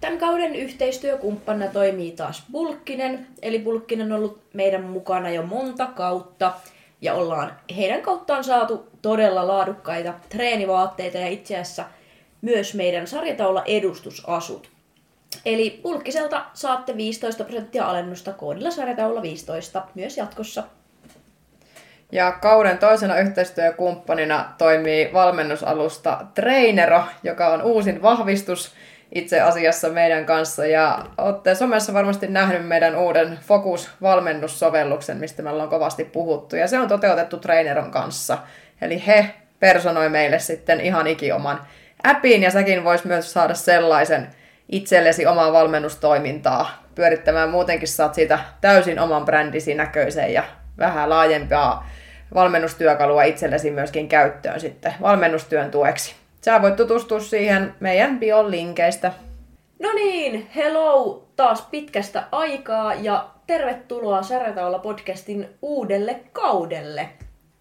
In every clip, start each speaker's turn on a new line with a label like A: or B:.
A: Tämän kauden yhteistyökumppana toimii taas Bulkkinen, eli Bulkkinen on ollut meidän mukana jo monta kautta, ja ollaan heidän kauttaan saatu todella laadukkaita treenivaatteita ja itse asiassa myös meidän sarjataula edustusasut. Eli Bulkkiselta saatte 15 prosenttia alennusta koodilla sarjataula 15 myös jatkossa.
B: Ja kauden toisena yhteistyökumppanina toimii valmennusalusta Trainero, joka on uusin vahvistus itse asiassa meidän kanssa. Ja olette somessa varmasti nähnyt meidän uuden Focus-valmennussovelluksen, mistä me ollaan kovasti puhuttu. Ja se on toteutettu Traineron kanssa. Eli he personoi meille sitten ihan ikioman appin ja säkin voisi myös saada sellaisen itsellesi omaa valmennustoimintaa pyörittämään. Muutenkin saat siitä täysin oman brändisi näköisen ja vähän laajempaa valmennustyökalua itsellesi myöskin käyttöön sitten valmennustyön tueksi. Sä voit tutustua siihen meidän bion linkeistä.
A: No niin, hello taas pitkästä aikaa ja tervetuloa Särjätaula podcastin uudelle kaudelle.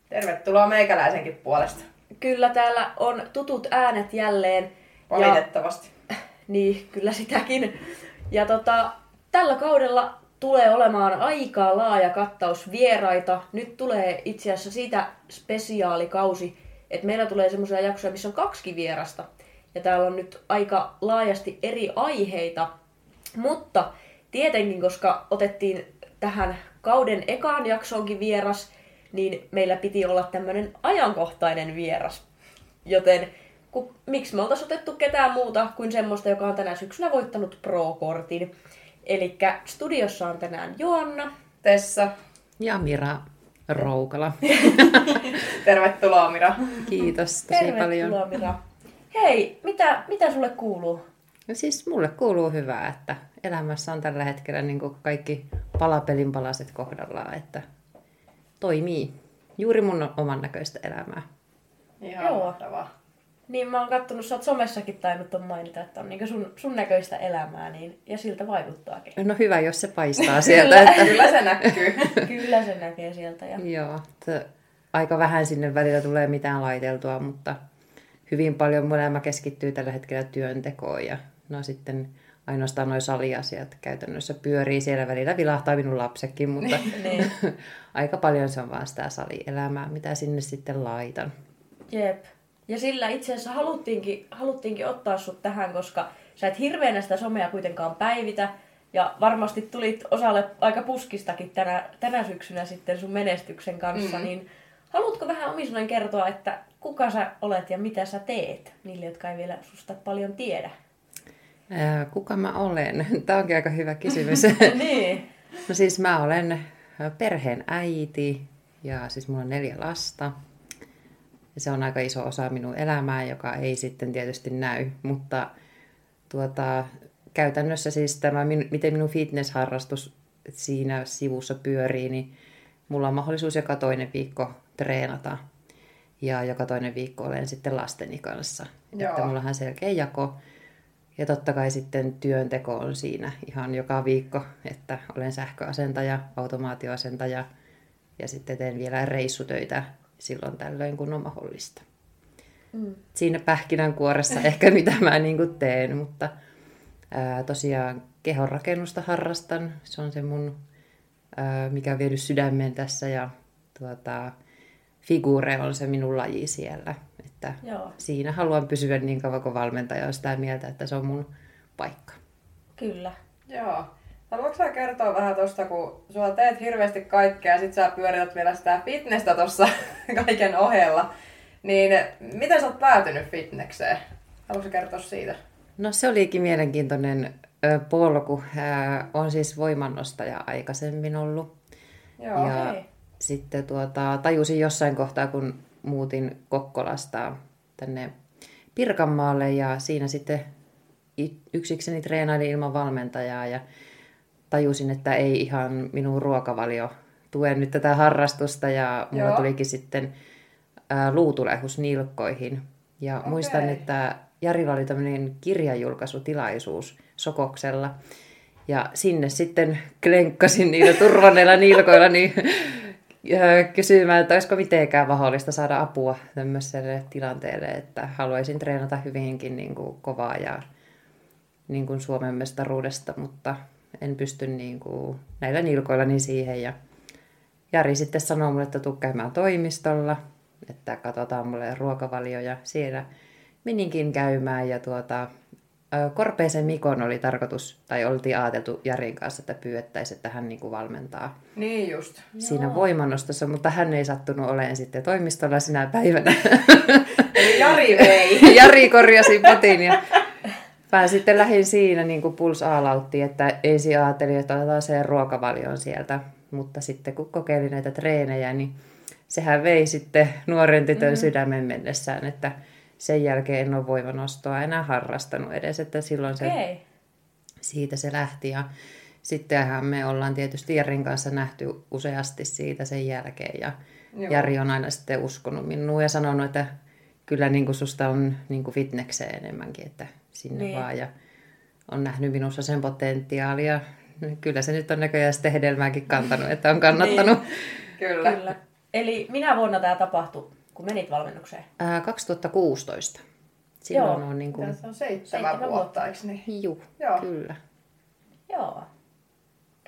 B: Tervetuloa meikäläisenkin puolesta.
A: Kyllä täällä on tutut äänet jälleen. Ja,
B: Valitettavasti.
A: niin, kyllä sitäkin. Ja tota, tällä kaudella tulee olemaan aika laaja kattaus vieraita. Nyt tulee itse asiassa siitä spesiaalikausi, että meillä tulee semmoisia jaksoja, missä on kaksi vierasta. Ja täällä on nyt aika laajasti eri aiheita. Mutta tietenkin, koska otettiin tähän kauden ekaan jaksoonkin vieras, niin meillä piti olla tämmöinen ajankohtainen vieras. Joten ku, miksi me oltaisiin otettu ketään muuta kuin semmoista, joka on tänä syksynä voittanut Pro-kortin. Eli studiossa on tänään Joanna.
B: Tessa,
C: Ja Mira Roukala.
B: tervetuloa Mira.
C: Kiitos tosi paljon.
A: Mira. Hei, mitä, mitä sulle kuuluu?
C: No siis mulle kuuluu hyvää, että elämässä on tällä hetkellä niin kuin kaikki palapelin palaset kohdallaan, että toimii juuri mun oman näköistä elämää.
B: Ihan
A: Joo.
B: mahtavaa.
A: Niin mä oon kattonut, sä oot somessakin tainnut ton mainita, että on niinku sun, sun näköistä elämää, niin, ja siltä vaikuttaakin.
C: No hyvä, jos se paistaa sieltä. Että,
B: Kyllä se näkyy.
A: Kyllä se näkee sieltä. Ja...
C: joo, että aika vähän sinne välillä tulee mitään laiteltua, mutta hyvin paljon mun elämä keskittyy tällä hetkellä työntekoon ja no sitten ainoastaan noin saliasiat käytännössä pyörii siellä välillä, vilahtaa minun lapsekin, mutta
A: Niin.
C: aika paljon se on vaan sitä salielämää, mitä sinne sitten laitan.
A: Jep. Ja sillä itse asiassa haluttiinkin, haluttiinkin ottaa sut tähän, koska sä et hirveänä sitä somea kuitenkaan päivitä. Ja varmasti tulit osalle aika puskistakin tänä, tänä syksynä sitten sun menestyksen kanssa, mm. niin haluatko vähän omisanoin kertoa, että kuka sä olet ja mitä sä teet niille, jotka ei vielä susta paljon tiedä?
C: Ää, Kuka mä olen? Tämä onkin aika hyvä kysymys.
A: niin.
C: No siis mä olen perheen äiti ja siis mulla on neljä lasta. Ja se on aika iso osa minun elämää, joka ei sitten tietysti näy, mutta tuota, käytännössä siis tämä, min- miten minun fitnessharrastus siinä sivussa pyörii, niin mulla on mahdollisuus joka toinen viikko treenata ja joka toinen viikko olen sitten lasteni kanssa.
B: Joo.
C: Joo. Että mullahan selkeä jako. Ja totta kai sitten työnteko on siinä ihan joka viikko, että olen sähköasentaja, automaatioasentaja ja sitten teen vielä reissutöitä silloin tällöin, kun on mahdollista.
A: Mm.
C: Siinä pähkinänkuoressa ehkä mitä mä niin kuin teen, mutta ää, tosiaan kehonrakennusta harrastan. Se on se mun, ää, mikä on vienyt sydämeen tässä ja tuota, figure on se minun laji siellä. Että
A: Joo,
C: siinä haluan pysyä niin kauan kuin valmentaja on sitä mieltä, että se on mun paikka.
A: kyllä.
B: Joo. Haluatko sä kertoa vähän tuosta, kun sua teet hirveästi kaikkea ja sit sä pyörität vielä sitä fitnessä tuossa kaiken ohella, niin miten sä oot päätynyt fitnekseen? Haluatko sä kertoa siitä?
C: No se olikin mielenkiintoinen ö, polku. Ää, on siis voimannostaja aikaisemmin ollut.
B: Joo.
C: ja
A: okei.
C: sitten tuota, tajusin jossain kohtaa, kun muutin Kokkolasta tänne Pirkanmaalle ja siinä sitten i- yksikseni treenailin ilman valmentajaa ja tajusin, että ei ihan minun ruokavalio tue nyt tätä harrastusta ja mulla
B: Joo.
C: tulikin sitten ää, luutulehus nilkkoihin. Ja
B: Okei.
C: muistan, että Jarilla oli tämmöinen kirjanjulkaisutilaisuus Sokoksella. Ja sinne sitten klenkkasin niillä turvaneilla nilkoilla niin, ää, kysymään, että olisiko mitenkään mahdollista saada apua tämmöiselle tilanteelle, että haluaisin treenata hyvinkin niin kuin kovaa ja niin kuin Suomen mestaruudesta, mutta en pysty niin kuin näillä nilkoillani siihen. Ja Jari sitten sanoi mulle, että tuu käymään toimistolla, että katsotaan mulle ruokavalio ja siellä meninkin käymään. Ja tuota, ö, Korpeisen Mikon oli tarkoitus, tai oltiin ajateltu Jarin kanssa, että pyydettäisiin, että hän niin kuin valmentaa
B: Niin just.
D: Joo.
C: siinä voimannostossa, mutta hän ei sattunut oleen sitten toimistolla sinä päivänä.
B: Eli Jari vei.
C: Jari korjasi potin ja mä sitten lähdin siinä niin kuin puls aalautti, että ensin ajattelin, että otetaan se ruokavalion sieltä. Mutta sitten kun kokeilin näitä treenejä, niin sehän vei sitten nuoren tytön sydämen mennessään, että sen jälkeen en ole voimanostoa enää harrastanut edes, että silloin se
D: Okei. Okay.
C: siitä se lähti. Ja sittenhän me ollaan tietysti Jarin kanssa nähty useasti siitä sen jälkeen. Ja
B: Joo.
C: Joo. Jari on aina sitten uskonut minuun ja sanonut, että kyllä niin kuin susta on niin kuin fitnekseen enemmänkin, että sinne
D: Niin.
C: niin. vaan. Ja on nähnyt minussa sen potentiaalia. Kyllä se nyt on näköjään sitten hedelmääkin kantanut, että on kannattanut.
B: Kyllä.
D: Kyllä. Eli minä vuonna tämä tapahtui, kun menit valmennukseen?
C: Ää, 2016. Silloin
D: Joo.
C: on niin kuin,
B: Tässä on seitsemän,
D: Seitsemän
B: vuotta,
D: vuotta.
B: eikö niin?
C: juu,
B: Joo.
C: kyllä.
D: Joo.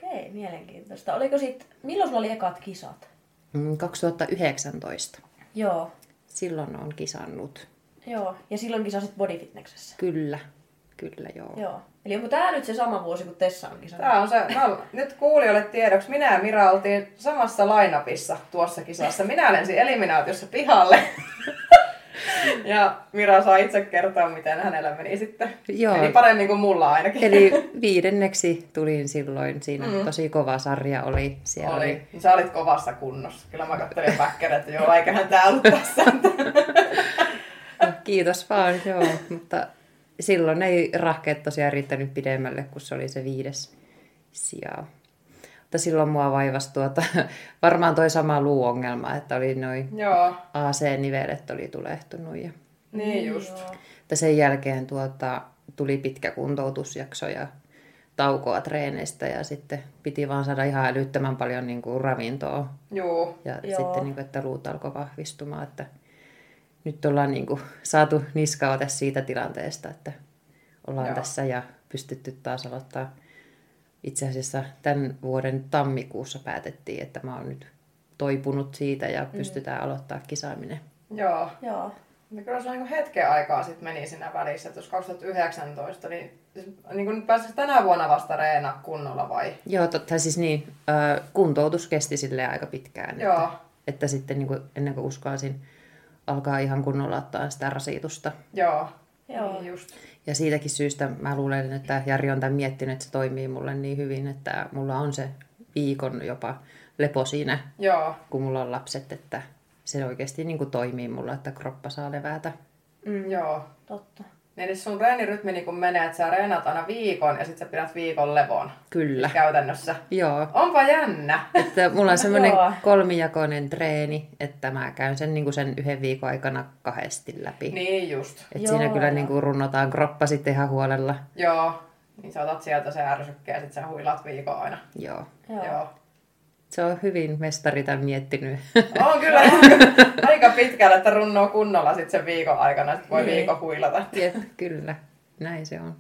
D: Okei, mielenkiintoista. Oliko sit, milloin sulla oli ekat kisat?
C: Mm, 2019.
D: Joo.
C: Silloin on kisannut.
D: Joo. Ja silloin kisasit bodyfitnessessä.
C: Kyllä, kyllä joo.
D: Joo. Eli onko tää nyt se sama vuosi kuin Tessa on kisannut?
B: Tämä on se, mä, ol- nyt kuulijoille tiedoksi, minä ja Mira oltiin samassa lainapissa tuossa kisassa. Minä lensin eliminaatiossa pihalle. ja Mira saa itse kertoa, miten hänellä meni sitten.
C: Joo.
B: Eli paremmin kuin mulla ainakin.
C: Eli viidenneksi tulin silloin. Siinä mm. tosi kova sarja oli. Siellä oli.
B: Oli. Sä olit kovassa kunnossa. Kyllä mä kattelin päkkärä, että joo, eiköhän tää ollut tässä.
C: No, kiitos vaan, joo. Mutta silloin ei rahkeet tosiaan riittänyt pidemmälle, kun se oli se viides sija. Mutta silloin mua vaivasi tuota, varmaan toi sama luuongelma, että oli noin
B: joo,
C: AC-nivelet oli tulehtunut. Ja,
B: niin just.
D: Joo.
C: mutta sen jälkeen tuota, tuli pitkä kuntoutusjakso ja taukoa treeneistä ja sitten piti vaan saada ihan älyttömän paljon niin kuin ravintoa
B: Joo.
C: Ja
D: Joo.
C: Joo. sitten niin kuin, että luut alkoi vahvistumaan, että nyt ollaan niin kuin, saatu niskaote siitä tilanteesta, että ollaan
B: Joo.
C: Joo. tässä ja pystytty taas aloittaa. Itse asiassa tämän vuoden tammikuussa päätettiin, että mä oon nyt toipunut siitä ja
B: Mm.
C: pystytään aloittaa kisaaminen.
B: Joo.
D: Joo.
B: No kyllä se on niin hetken aikaa sitten meni siinä välissä, että jos 2019, niin, niin kun pääsikö tänä vuonna vasta reenaa kunnolla vai?
C: Joo, totta siis niin, ö, kuntoutus kesti sille aika pitkään.
B: Joo.
C: Että, että sitten niin kuin, ennen kuin uskalsin alkaa ihan kunnolla ottaa sitä rasitusta.
B: Joo.
D: Joo.
B: Niin just.
C: Ja siitäkin syystä mä luulen, että Jari on tämän miettinyt, että se toimii mulle niin hyvin, että mulla on se viikon jopa lepo siinä,
B: Joo.
C: kun mulla on lapset, että se oikeasti niin kuin toimii mulla, että kroppa saa levätä.
B: Mm. Joo.
D: Totta.
B: Niin eli sun treenirytmi niin kun menee, että sä reenaat aina viikon ja sitten sä pidät viikon levon Siis
C: Kyllä. Niin.
B: käytännössä.
C: Joo.
B: Onpa jännä.
C: Että mulla on semmoinen
D: Joo.
C: kolmijakoinen treeni, että mä käyn sen, niin kuin sen yhden viikon aikana kahdesti läpi. Niin.
B: Niin just.
C: Et siinä
D: Joo.
C: kyllä niin kuin runnotaan kroppa sitten ihan huolella.
B: Joo. Niin sä otat sieltä se ärsykkeen ja sit sä huilat viikon aina.
C: Joo.
D: Joo. Joo.
B: Joo.
C: Se on hyvin mestari tämän miettinyt.
B: On kyllä aika, aika pitkällä, että runnoo kunnolla sit sen viikon aikana, sit voi
D: Niin.
B: viikon huilata.
C: Jep, kyllä. Näin se on.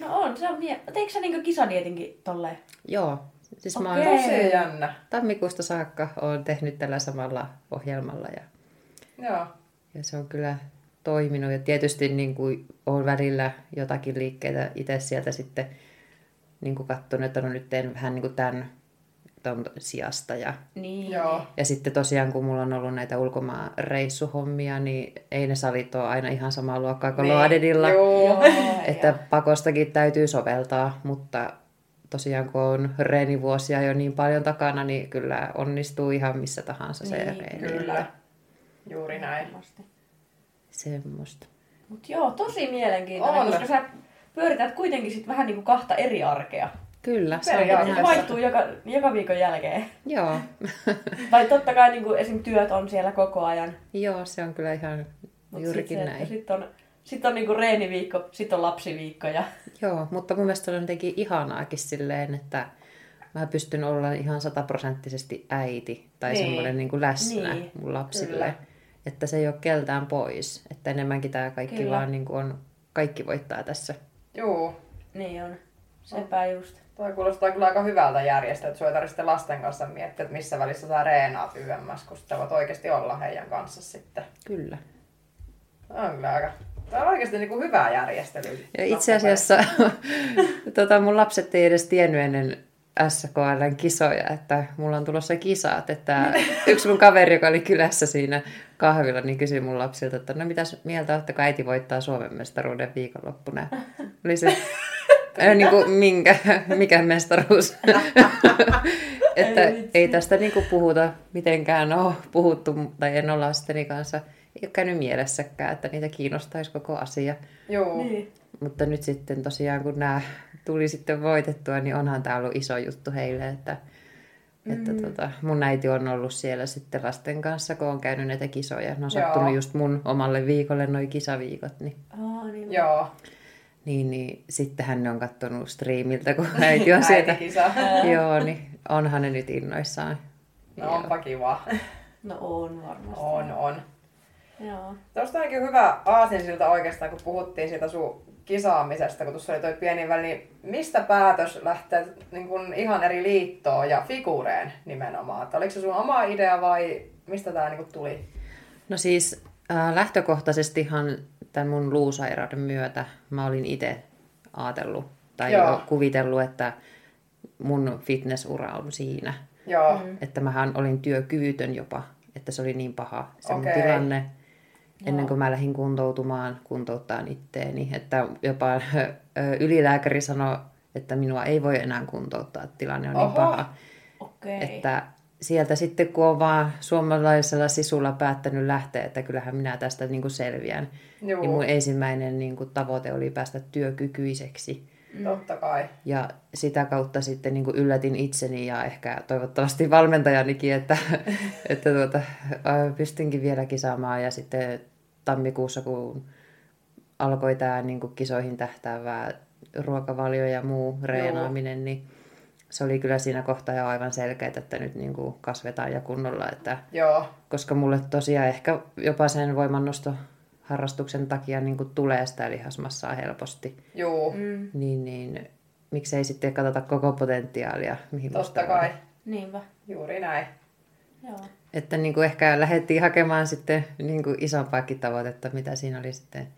D: No on, se on mie... Teikö sä niinku kisadietinkin tolleen?
C: Joo, siis okay. mä
D: Okei.
C: oon
B: Tosi jännä.
C: tammikuusta saakka oon tehnyt tällä samalla ohjelmalla ja,
B: Joo.
C: ja se on kyllä toiminut. Ja tietysti niin kuin oon välillä jotakin liikkeitä itse sieltä sitten niin kuin katsonut, että no nyt teen vähän niin kuin tämän ton sijasta. Ja,
D: Niin.
B: Joo.
C: ja sitten tosiaan kun mulla on ollut näitä ulkomaanreissuhommia, niin ei ne salit ole aina ihan samaa luokkaa kuin niin. Loadedilla.
B: Joo.
D: Joo.
C: Että pakostakin täytyy soveltaa, mutta tosiaan kun on reenivuosia jo niin paljon takana, niin kyllä onnistuu ihan missä tahansa se
D: Niin,
C: niin, reeni.
B: Kyllä. Juuri näin.
D: Varmasti.
C: Semmosta.
D: Mut joo, tosi mielenkiintoinen,
B: On.
D: koska sä pyörität kuitenkin sit vähän niinku kahta eri arkea.
C: Kyllä, se on
B: Periaatteessa.
D: Se
C: ihan...
D: vaihtuu joka, joka viikon jälkeen.
C: Joo.
D: Tai totta kai niinku esim. työt on siellä koko ajan.
C: Joo, se on kyllä ihan
D: Mut
C: juurikin
D: sit se,
C: näin.
D: Sitten on, sit on niinku reeniviikko, sitten on lapsiviikko ja
C: Joo, mutta mun mielestä se on jotenkin ihanaakin silleen, että mä pystyn olla ihan sataprosenttisesti äiti tai
B: Niin.
C: niin. semmoinen niin kuin läsnä
D: Niin,
C: niin. mun lapsille.
B: kyllä.
C: Kyllä. Että se ei ole keltään pois. Että enemmänkin tämä kaikki
D: Kyllä.
C: kyllä. vaan niin kuin on, kaikki voittaa tässä.
B: Juu.
D: Niin on. Sepä just.
B: Toi kuulostaa kyllä aika hyvältä järjestää, että sua ei tarvitse sitten lasten kanssa miettiä, että missä välissä sä reenaat YMS, kun sä voit oikeasti olla heidän kanssa sitten.
C: Kyllä.
B: Toi on kyllä aika... Tämä on oikeasti niin kuin hyvä järjestely.
C: Ja itse asiassa tota, mun lapset ei edes tiennyt ennen SKLn kisoja, että mulla on tulossa kisat, että yksi mun kaveri, joka oli kylässä siinä kahvilla, niin kysyi mun lapsilta, että no mitäs mieltä olette, kun äiti voittaa Suomen mestaruuden viikonloppuna. Oli se, äh, niin kuin, minkä, mikä mestaruus. että
D: Ei
C: ei,
D: vitsi.
C: tästä niin kuin puhuta mitenkään ole puhuttu, tai en ole lasteni kanssa, ei ole käynyt mielessäkään, että niitä kiinnostaisi koko asia.
B: Juu. Niin.
D: Niin.
C: Mutta nyt sitten tosiaan, kun nämä tuli sitten voitettua, niin onhan tämä ollut iso juttu heille, että, mm. että tota, mun äiti on ollut siellä sitten lasten kanssa, kun on käynyt näitä kisoja. Ne on sattunut just mun omalle viikolle noi kisaviikot, niin,
D: Aa, niin.
B: Joo.
C: niin, niin sittenhän ne on kattonut striimiltä, kun äiti on sieltä.
B: Äitikisa.
C: Joo, niin onhan ne nyt innoissaan.
B: No onpa kiva.
D: No on varmasti.
B: On, on.
D: Joo.
B: Tuosta onkin hyvä aasinsilta oikeastaan, kun puhuttiin siitä sun kisaamisesta, kun tuossa oli toi pieni väli, niin mistä päätös lähtee niin kun ihan eri liittoon ja figureen nimenomaan? Että oliko se sun oma idea vai mistä tämä niin tuli?
C: No siis äh, lähtökohtaisestihan tämän mun luusairauden myötä mä olin itse ajatellut tai
B: Joo.
C: Joo. kuvitellut, että mun fitnessura on siinä.
B: Joo, mm.
C: Että mähän olin työkyvytön jopa, että se oli niin paha se mun
B: Okei.
C: tilanne. Ennen kuin mä lähdin kuntoutumaan, kuntouttaan itteeni. Että jopa ö, ylilääkäri sanoi, että minua ei voi enää kuntouttaa, että tilanne on Oho.
B: Oho.
C: niin paha.
D: Okei.
C: Että sieltä sitten kun on vaan suomalaisella sisulla päättänyt lähteä, että kyllähän minä tästä niin kuin selviän.
B: Juu.
C: Niin mun ensimmäinen niin kuin tavoite oli päästä työkykyiseksi.
B: totta kai.
C: Ja sitä kautta sitten niin kuin yllätin itseni ja ehkä toivottavasti valmentajanikin, että, että tuota, äh, pystynkin vielä kisaamaan. Ja sitten tammikuussa, kun alkoi tämä niin kuin kisoihin tähtäävä ruokavalio ja muu reenaaminen, niin se oli kyllä siinä kohtaa jo aivan selkeää, että nyt niin kuin kasvetaan ja kunnolla. Että,
B: Joo,
C: koska mulle tosiaan ehkä jopa sen voimannostoharrastuksen takia niin kuin tulee sitä lihasmassaa helposti
B: juu, mm.
C: niin, niin miksei sitten katsota koko potentiaalia, mihin musta
B: totta
C: on.
B: kai.
D: Niinpä.
B: Juuri näin.
D: Joo.
C: Että niin kuin ehkä lähdettiin hakemaan sitten niin kuin isompaakin tavoitetta, mitä siinä oli sitten.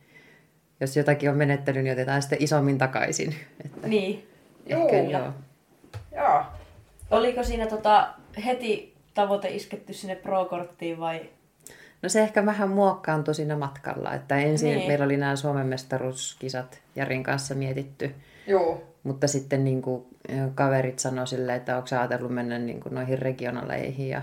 C: Jos jotakin on menettänyt, niin otetaan sitten isommin takaisin. Että
D: Niin.
B: Juu.
C: ehkä joo.
B: Joo.
D: Oliko siinä tota, heti tavoite isketty sinne pro-korttiin vai...
C: No se ehkä vähän muokkaantui siinä matkalla. Että ensin
D: Niin.
C: niin. meillä oli nämä Suomen mestaruuskisat Jarin kanssa mietitty.
B: Juu,
C: Mutta sitten niin kuin, kaverit sanoi silleen, että onko sä ajatellut mennä niin kuin, noihin regionaleihin ja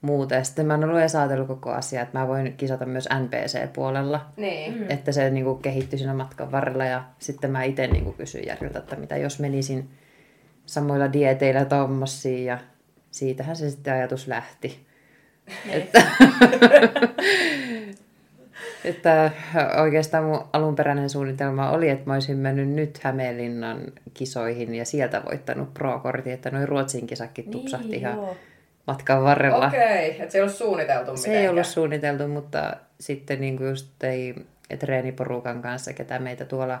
C: muuta. Ja sitten mä en ollut edes ajatellut koko asiaa, että mä voin kisata myös NPC-puolella.
B: niin. Mm.
C: Mm. Että se niin kuin, kehittyi siinä matkan varrella ja sitten mä itse niin kuin, kysyin Järviltä, että mitä jos menisin samoilla dieteillä tommosiin ja siitähän se sitten ajatus lähti.
D: Että...
C: Että oikeastaan mun alunperäinen suunnitelma oli, että mä olisin mennyt nyt Hämeenlinnan kisoihin ja sieltä voittanut pro-kortin, että noin Ruotsin kisakkin tupsahti niin, ihan
D: joo.
C: matkan varrella.
B: Okei, okay. että se ei ollut suunniteltu
C: Se ei ollut suunniteltu, mutta sitten niin kuin just ei treeniporukan kanssa, ketä meitä tuolla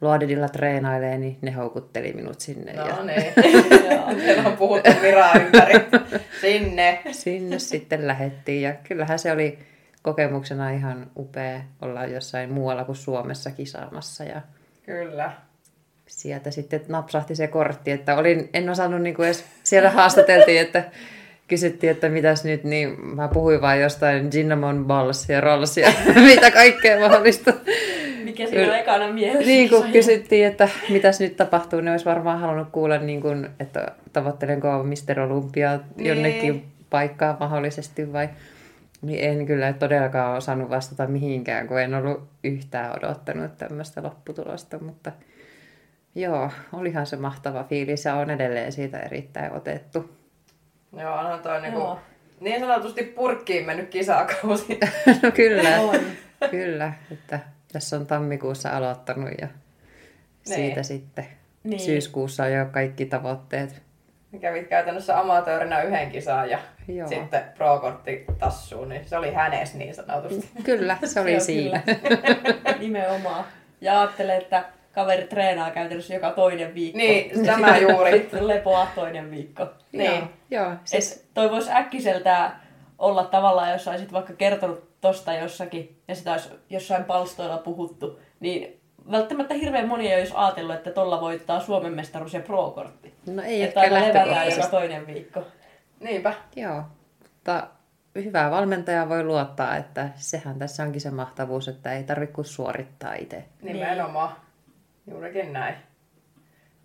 C: Luodidilla treenailee, niin ne houkutteli minut sinne.
B: No
C: Ja
B: niin.
D: Joo.
B: Siellä on puhuttu viraa ympäri. Sinne.
C: sinne sitten lähettiin ja kyllähän se oli kokemuksena ihan upea olla jossain muualla kuin Suomessa kisaamassa ja
B: Kyllä.
C: sieltä sitten napsahti se kortti, että olin, en osannut niin kuin edes, siellä haastateltiin, että kysyttiin, että mitäs nyt, niin mä puhuin vaan jostain cinnamon balls ja rolls ja mitä kaikkea mahdollista.
D: Mikä siinä on ekana mielessä?
B: Siis
C: Niin kun kysyttiin, että mitäs nyt tapahtuu, niin olisi varmaan halunnut kuulla, niin kun, että tavoittelenko Mister Olympia jonnekin
B: Niin.
C: paikkaa mahdollisesti vai... Niin en kyllä todellakaan osannut vastata mihinkään, kun en ollut yhtään odottanut tämmöistä lopputulosta, mutta joo, olihan se mahtava fiilis ja on edelleen siitä erittäin otettu.
B: Joo, onhan toi niinku
D: Joo.
B: niin sanotusti purkkiin mennyt kisakausi.
C: No kyllä,
D: On.
C: kyllä, että tässä on tammikuussa aloittanut ja siitä
B: Niin.
C: sitten
D: Niin.
C: niin. syyskuussa on jo kaikki tavoitteet.
B: Kävit käytännössä amatöörinä yhden kisan ja
C: Joo.
B: sitten pro-kortti tassuun, niin se oli hänes
C: Mm.
B: niin sanotusti.
C: Kyllä, se
D: Joo,
C: oli siinä.
D: kyllä. Nimenomaan. Ja ajattelin, että
A: kaveri treenaa käytännössä joka toinen viikko.
B: Niin, tämä juuri.
A: Sitten lepoa toinen viikko.
B: Niin.
C: Joo, joo siis
A: Siis... Et toi voisi äkkiseltään olla tavallaan, jos olisit vaikka kertonut tosta jossakin ja sitä olisi jossain palstoilla puhuttu, niin välttämättä hirveän moni ei olisi ajatellut, että tolla voittaa Suomen mestaruus ja pro-kortti.
C: No ei
A: Että aina
C: ehkä
A: levätään
C: lähtökohtaisesti.
A: joka toinen viikko.
B: Niinpä.
C: Joo, mutta hyvää valmentaja voi luottaa, että sehän tässä onkin se mahtavuus, että ei tarvitse kuin suorittaa itse.
A: Niin.
B: Nimenomaan. Juurikin näin.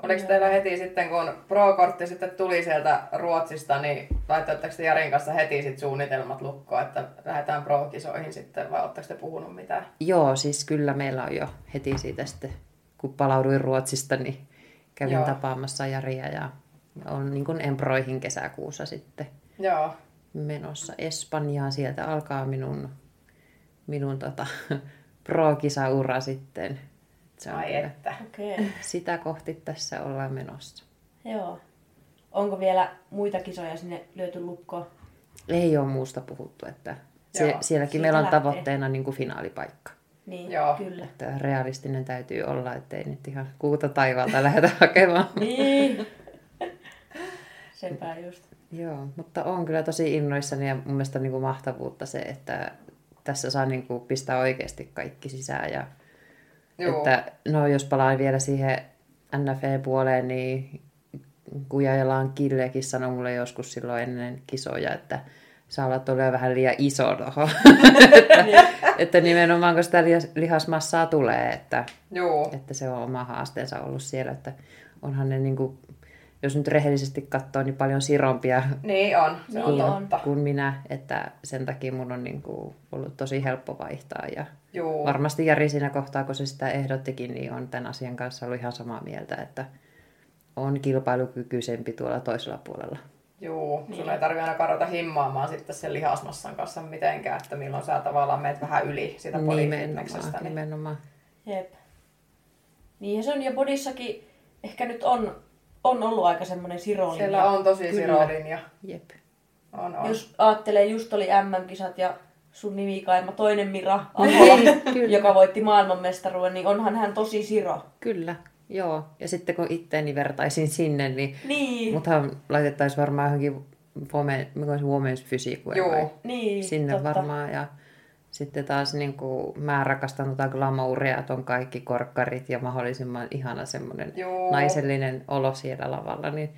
B: Oliko teillä heti sitten, kun Pro-kortti sitten tuli sieltä Ruotsista, niin laittoitteko te Jarin kanssa heti sit suunnitelmat lukkoon, että lähdetään Pro-kisoihin sitten, vai oletteko te puhunut mitään?
C: Joo, siis kyllä meillä on jo heti siitä sitten, kun palauduin Ruotsista, niin kävin
B: Joo.
C: Joo. tapaamassa Jaria ja on niin kuin Emproihin kesäkuussa sitten
B: Joo,
C: menossa Espanjaan. Sieltä alkaa minun, minun tota, pro-kisaura sitten. Se on
B: ai
C: kyllä-
B: että.
A: Okei, okay.
C: Sitä kohti tässä ollaan menossa.
A: joo. Onko vielä muita kisoja sinne löyty lukkoon?
C: Ei ole muusta puhuttu, että se,
B: Joo,
C: sielläkin
A: siitä
C: meillä on
A: lähtee.
C: tavoitteena niin kuin finaalipaikka.
A: Niin,
B: Joo.
A: kyllä.
C: Että realistinen täytyy olla, ettei nyt ihan kuuta taivaalta lähdetä hakemaan.
A: Niin. Sepä just.
C: Joo, mutta on kyllä tosi innoissani ja mun mielestä niin kuin mahtavuutta se, että tässä saa niin kuin pistää oikeasti kaikki sisään. Ja,
B: Joo.
C: että, no jos palaan vielä siihen NFE-puoleen, niin Kujajalan Killekin sanoi mulle joskus silloin ennen kisoja, että saa olla todella vähän liian iso toho. että, että nimenomaan kun sitä lias- lihasmassaa tulee, että,
B: Joo,
C: että se on oma haasteensa ollut siellä, että onhan ne niin kuin, jos nyt rehellisesti katsoo, niin paljon sirompia
B: niin on. Se on
A: Niin on.
B: totta.
C: kuin minä, että sen takia mun on niin kuin ollut tosi helppo vaihtaa ja
B: Joo,
C: varmasti Jari siinä kohtaa, kun se sitä ehdottikin, niin on tämän asian kanssa ollut ihan samaa mieltä, että on kilpailukykyisempi tuolla toisella puolella.
B: joo.
A: Niin.
B: Sun ei tarvi aina karata himmaamaan sitten sen lihasmassan kanssa mitenkään, että milloin sä tavallaan meet vähän yli sitä
C: Nimenomaan,
B: polifitneksestä. Niin.
C: nimenomaan.
A: Jep. Niinhän se on, ja bodissakin ehkä nyt on, on ollut aika semmoinen sirolinja.
B: Siellä on tosi
A: Kyllä.
B: sirolinja.
C: Jep.
B: On, on.
A: Jos ajattelee, just oli MM-kisat ja sun nimi kaima toinen Mira Ahola,
C: Niin, kyllä.
A: joka voitti maailmanmestaruuden, niin onhan hän tosi siro.
C: Kyllä, joo. Ja sitten kun itteeni vertaisin sinne, niin
A: Niin,
C: muthan laitettaisiin varmaan johonkin women, mikä olisi women's physique vai
B: Joo,
A: niin
C: sinne
A: totta.
C: totta. varmaan. Ja sitten taas niin kuin, mä rakastan tota glamouria, että on kaikki korkkarit ja mahdollisimman ihana semmoinen
B: Joo.
C: naisellinen olo siellä lavalla, niin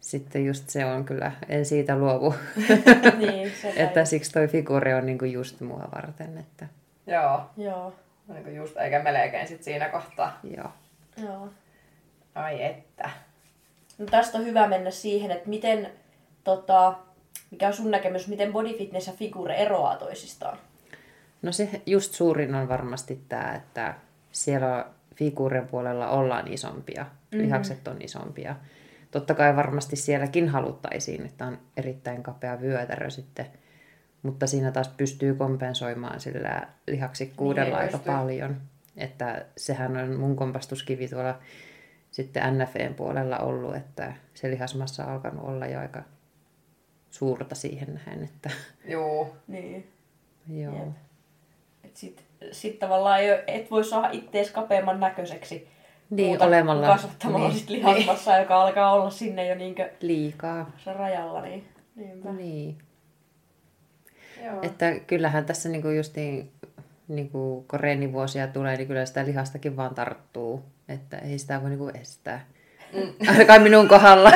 C: sitten just se on kyllä, en siitä luovu,
A: niin, sepä
C: että
A: just.
C: siksi toi figuuri on niin kuin just mua varten, että
B: joo.
A: Joo,
B: Niin kuin just eikä melkein sit siinä kohtaa.
C: joo.
A: joo.
B: Ai että.
A: No tästä on hyvä mennä siihen, että miten, tota, mikä on sun näkemys, miten body fitness ja figure eroaa toisistaan?
C: No se just suurin on varmasti tämä, että siellä figuurien puolella ollaan isompia, mm-hmm. lihakset on isompia. Totta kai varmasti sielläkin haluttaisiin, että on erittäin kapea vyötärö sitten, mutta siinä taas pystyy kompensoimaan sillä lihaksikkuudella
B: Niin,
C: aika
B: pystyy.
C: paljon. Että sehän on mun kompastuskivi tuolla sitten NFEn puolella ollut, että se lihasmassa on alkanut olla jo aika suurta siihen nähden, että
B: Juu,
A: Niin.
C: joo.
A: Jep. Et sit, sit tavallaan ei, oo- et voi saada ittees kapeamman näköiseksi.
C: Niin,
A: muuta kuin
C: olemalla-
A: Kasvattamalla
C: niin.
A: niin. sit lihasmassaa, joka alkaa olla sinne jo niinkö
C: Liikaa.
A: se rajalla. Niin. Niinpä.
C: Niin.
B: joo.
C: Että kyllähän tässä niinku justiin, niinku, kun reenivuosia tulee, niin kyllä sitä lihastakin vaan tarttuu. Että ei sitä voi niinku estää. Mm. Ainakaan minun kohdalla.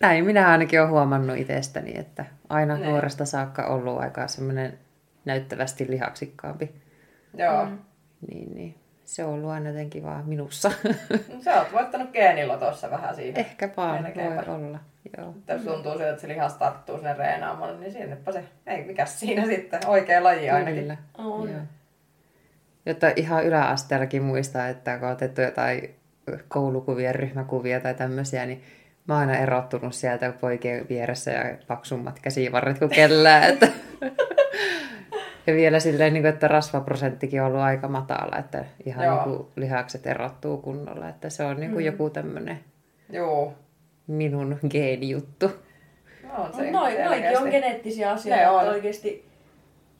C: Näin minä ainakin olen huomannut itsestäni, että aina
B: Näin.
C: nuoresta saakka ollut aika semmoinen näyttävästi lihaksikkaampi.
B: joo.
C: Niin, niin. Se on ollut aina jotenkin vaan minussa.
B: No, sä oot voittanut geenilotossa vähän siinä. Eh.
C: Ehkä vaan
B: Melkeinpä.
C: voi olla. Joo.
B: Jos tuntuu siltä, että se lihas tarttuu sinne reenaamalle, niin sinnepä se. Ei, mikäs siinä sitten. Oikea laji Niin, ainakin.
C: Kyllä.
A: On.
C: Joo. Jotta ihan yläasteellakin muistaa, että kun on otettu jotain koulukuvia, ryhmäkuvia tai tämmöisiä, niin mä oon aina erottunut sieltä poikien vieressä ja paksummat käsivarret kuin kellään. Että... ja vielä silleen, niin kuin, että rasvaprosenttikin on ollut aika matala, että ihan
B: Joo.
C: niin kuin, lihakset erottuu kunnolla. Että se on niin kuin, joku tämmöinen
B: Juu.
C: minun geenijuttu.
B: No, on
A: Mut
B: se
A: Noi, noikin on
B: selkeästi.
A: geneettisiä asioita.
B: Ne on.
A: että Oikeesti,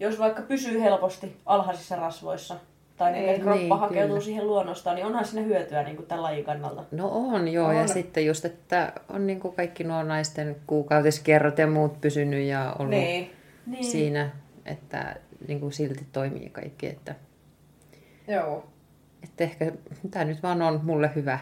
A: jos vaikka pysyy helposti alhaisissa rasvoissa, tai niin,
D: Niin,
A: että kroppa
C: niin,
A: hakeutuu
C: kyllä.
A: siihen luonnostaan, niin onhan siinä hyötyä niin kuin tämän lajin kannalta.
C: No on joo,
D: On.
C: ja sitten just, että on niin kuin kaikki nuo naisten kuukautiskerrot ja muut pysynyt ja ollut niin.
A: Niin.
C: siinä, että niin kuin silti toimii kaikki. Että,
B: Joo.
C: että ehkä tämä nyt vaan on mulle hyvä.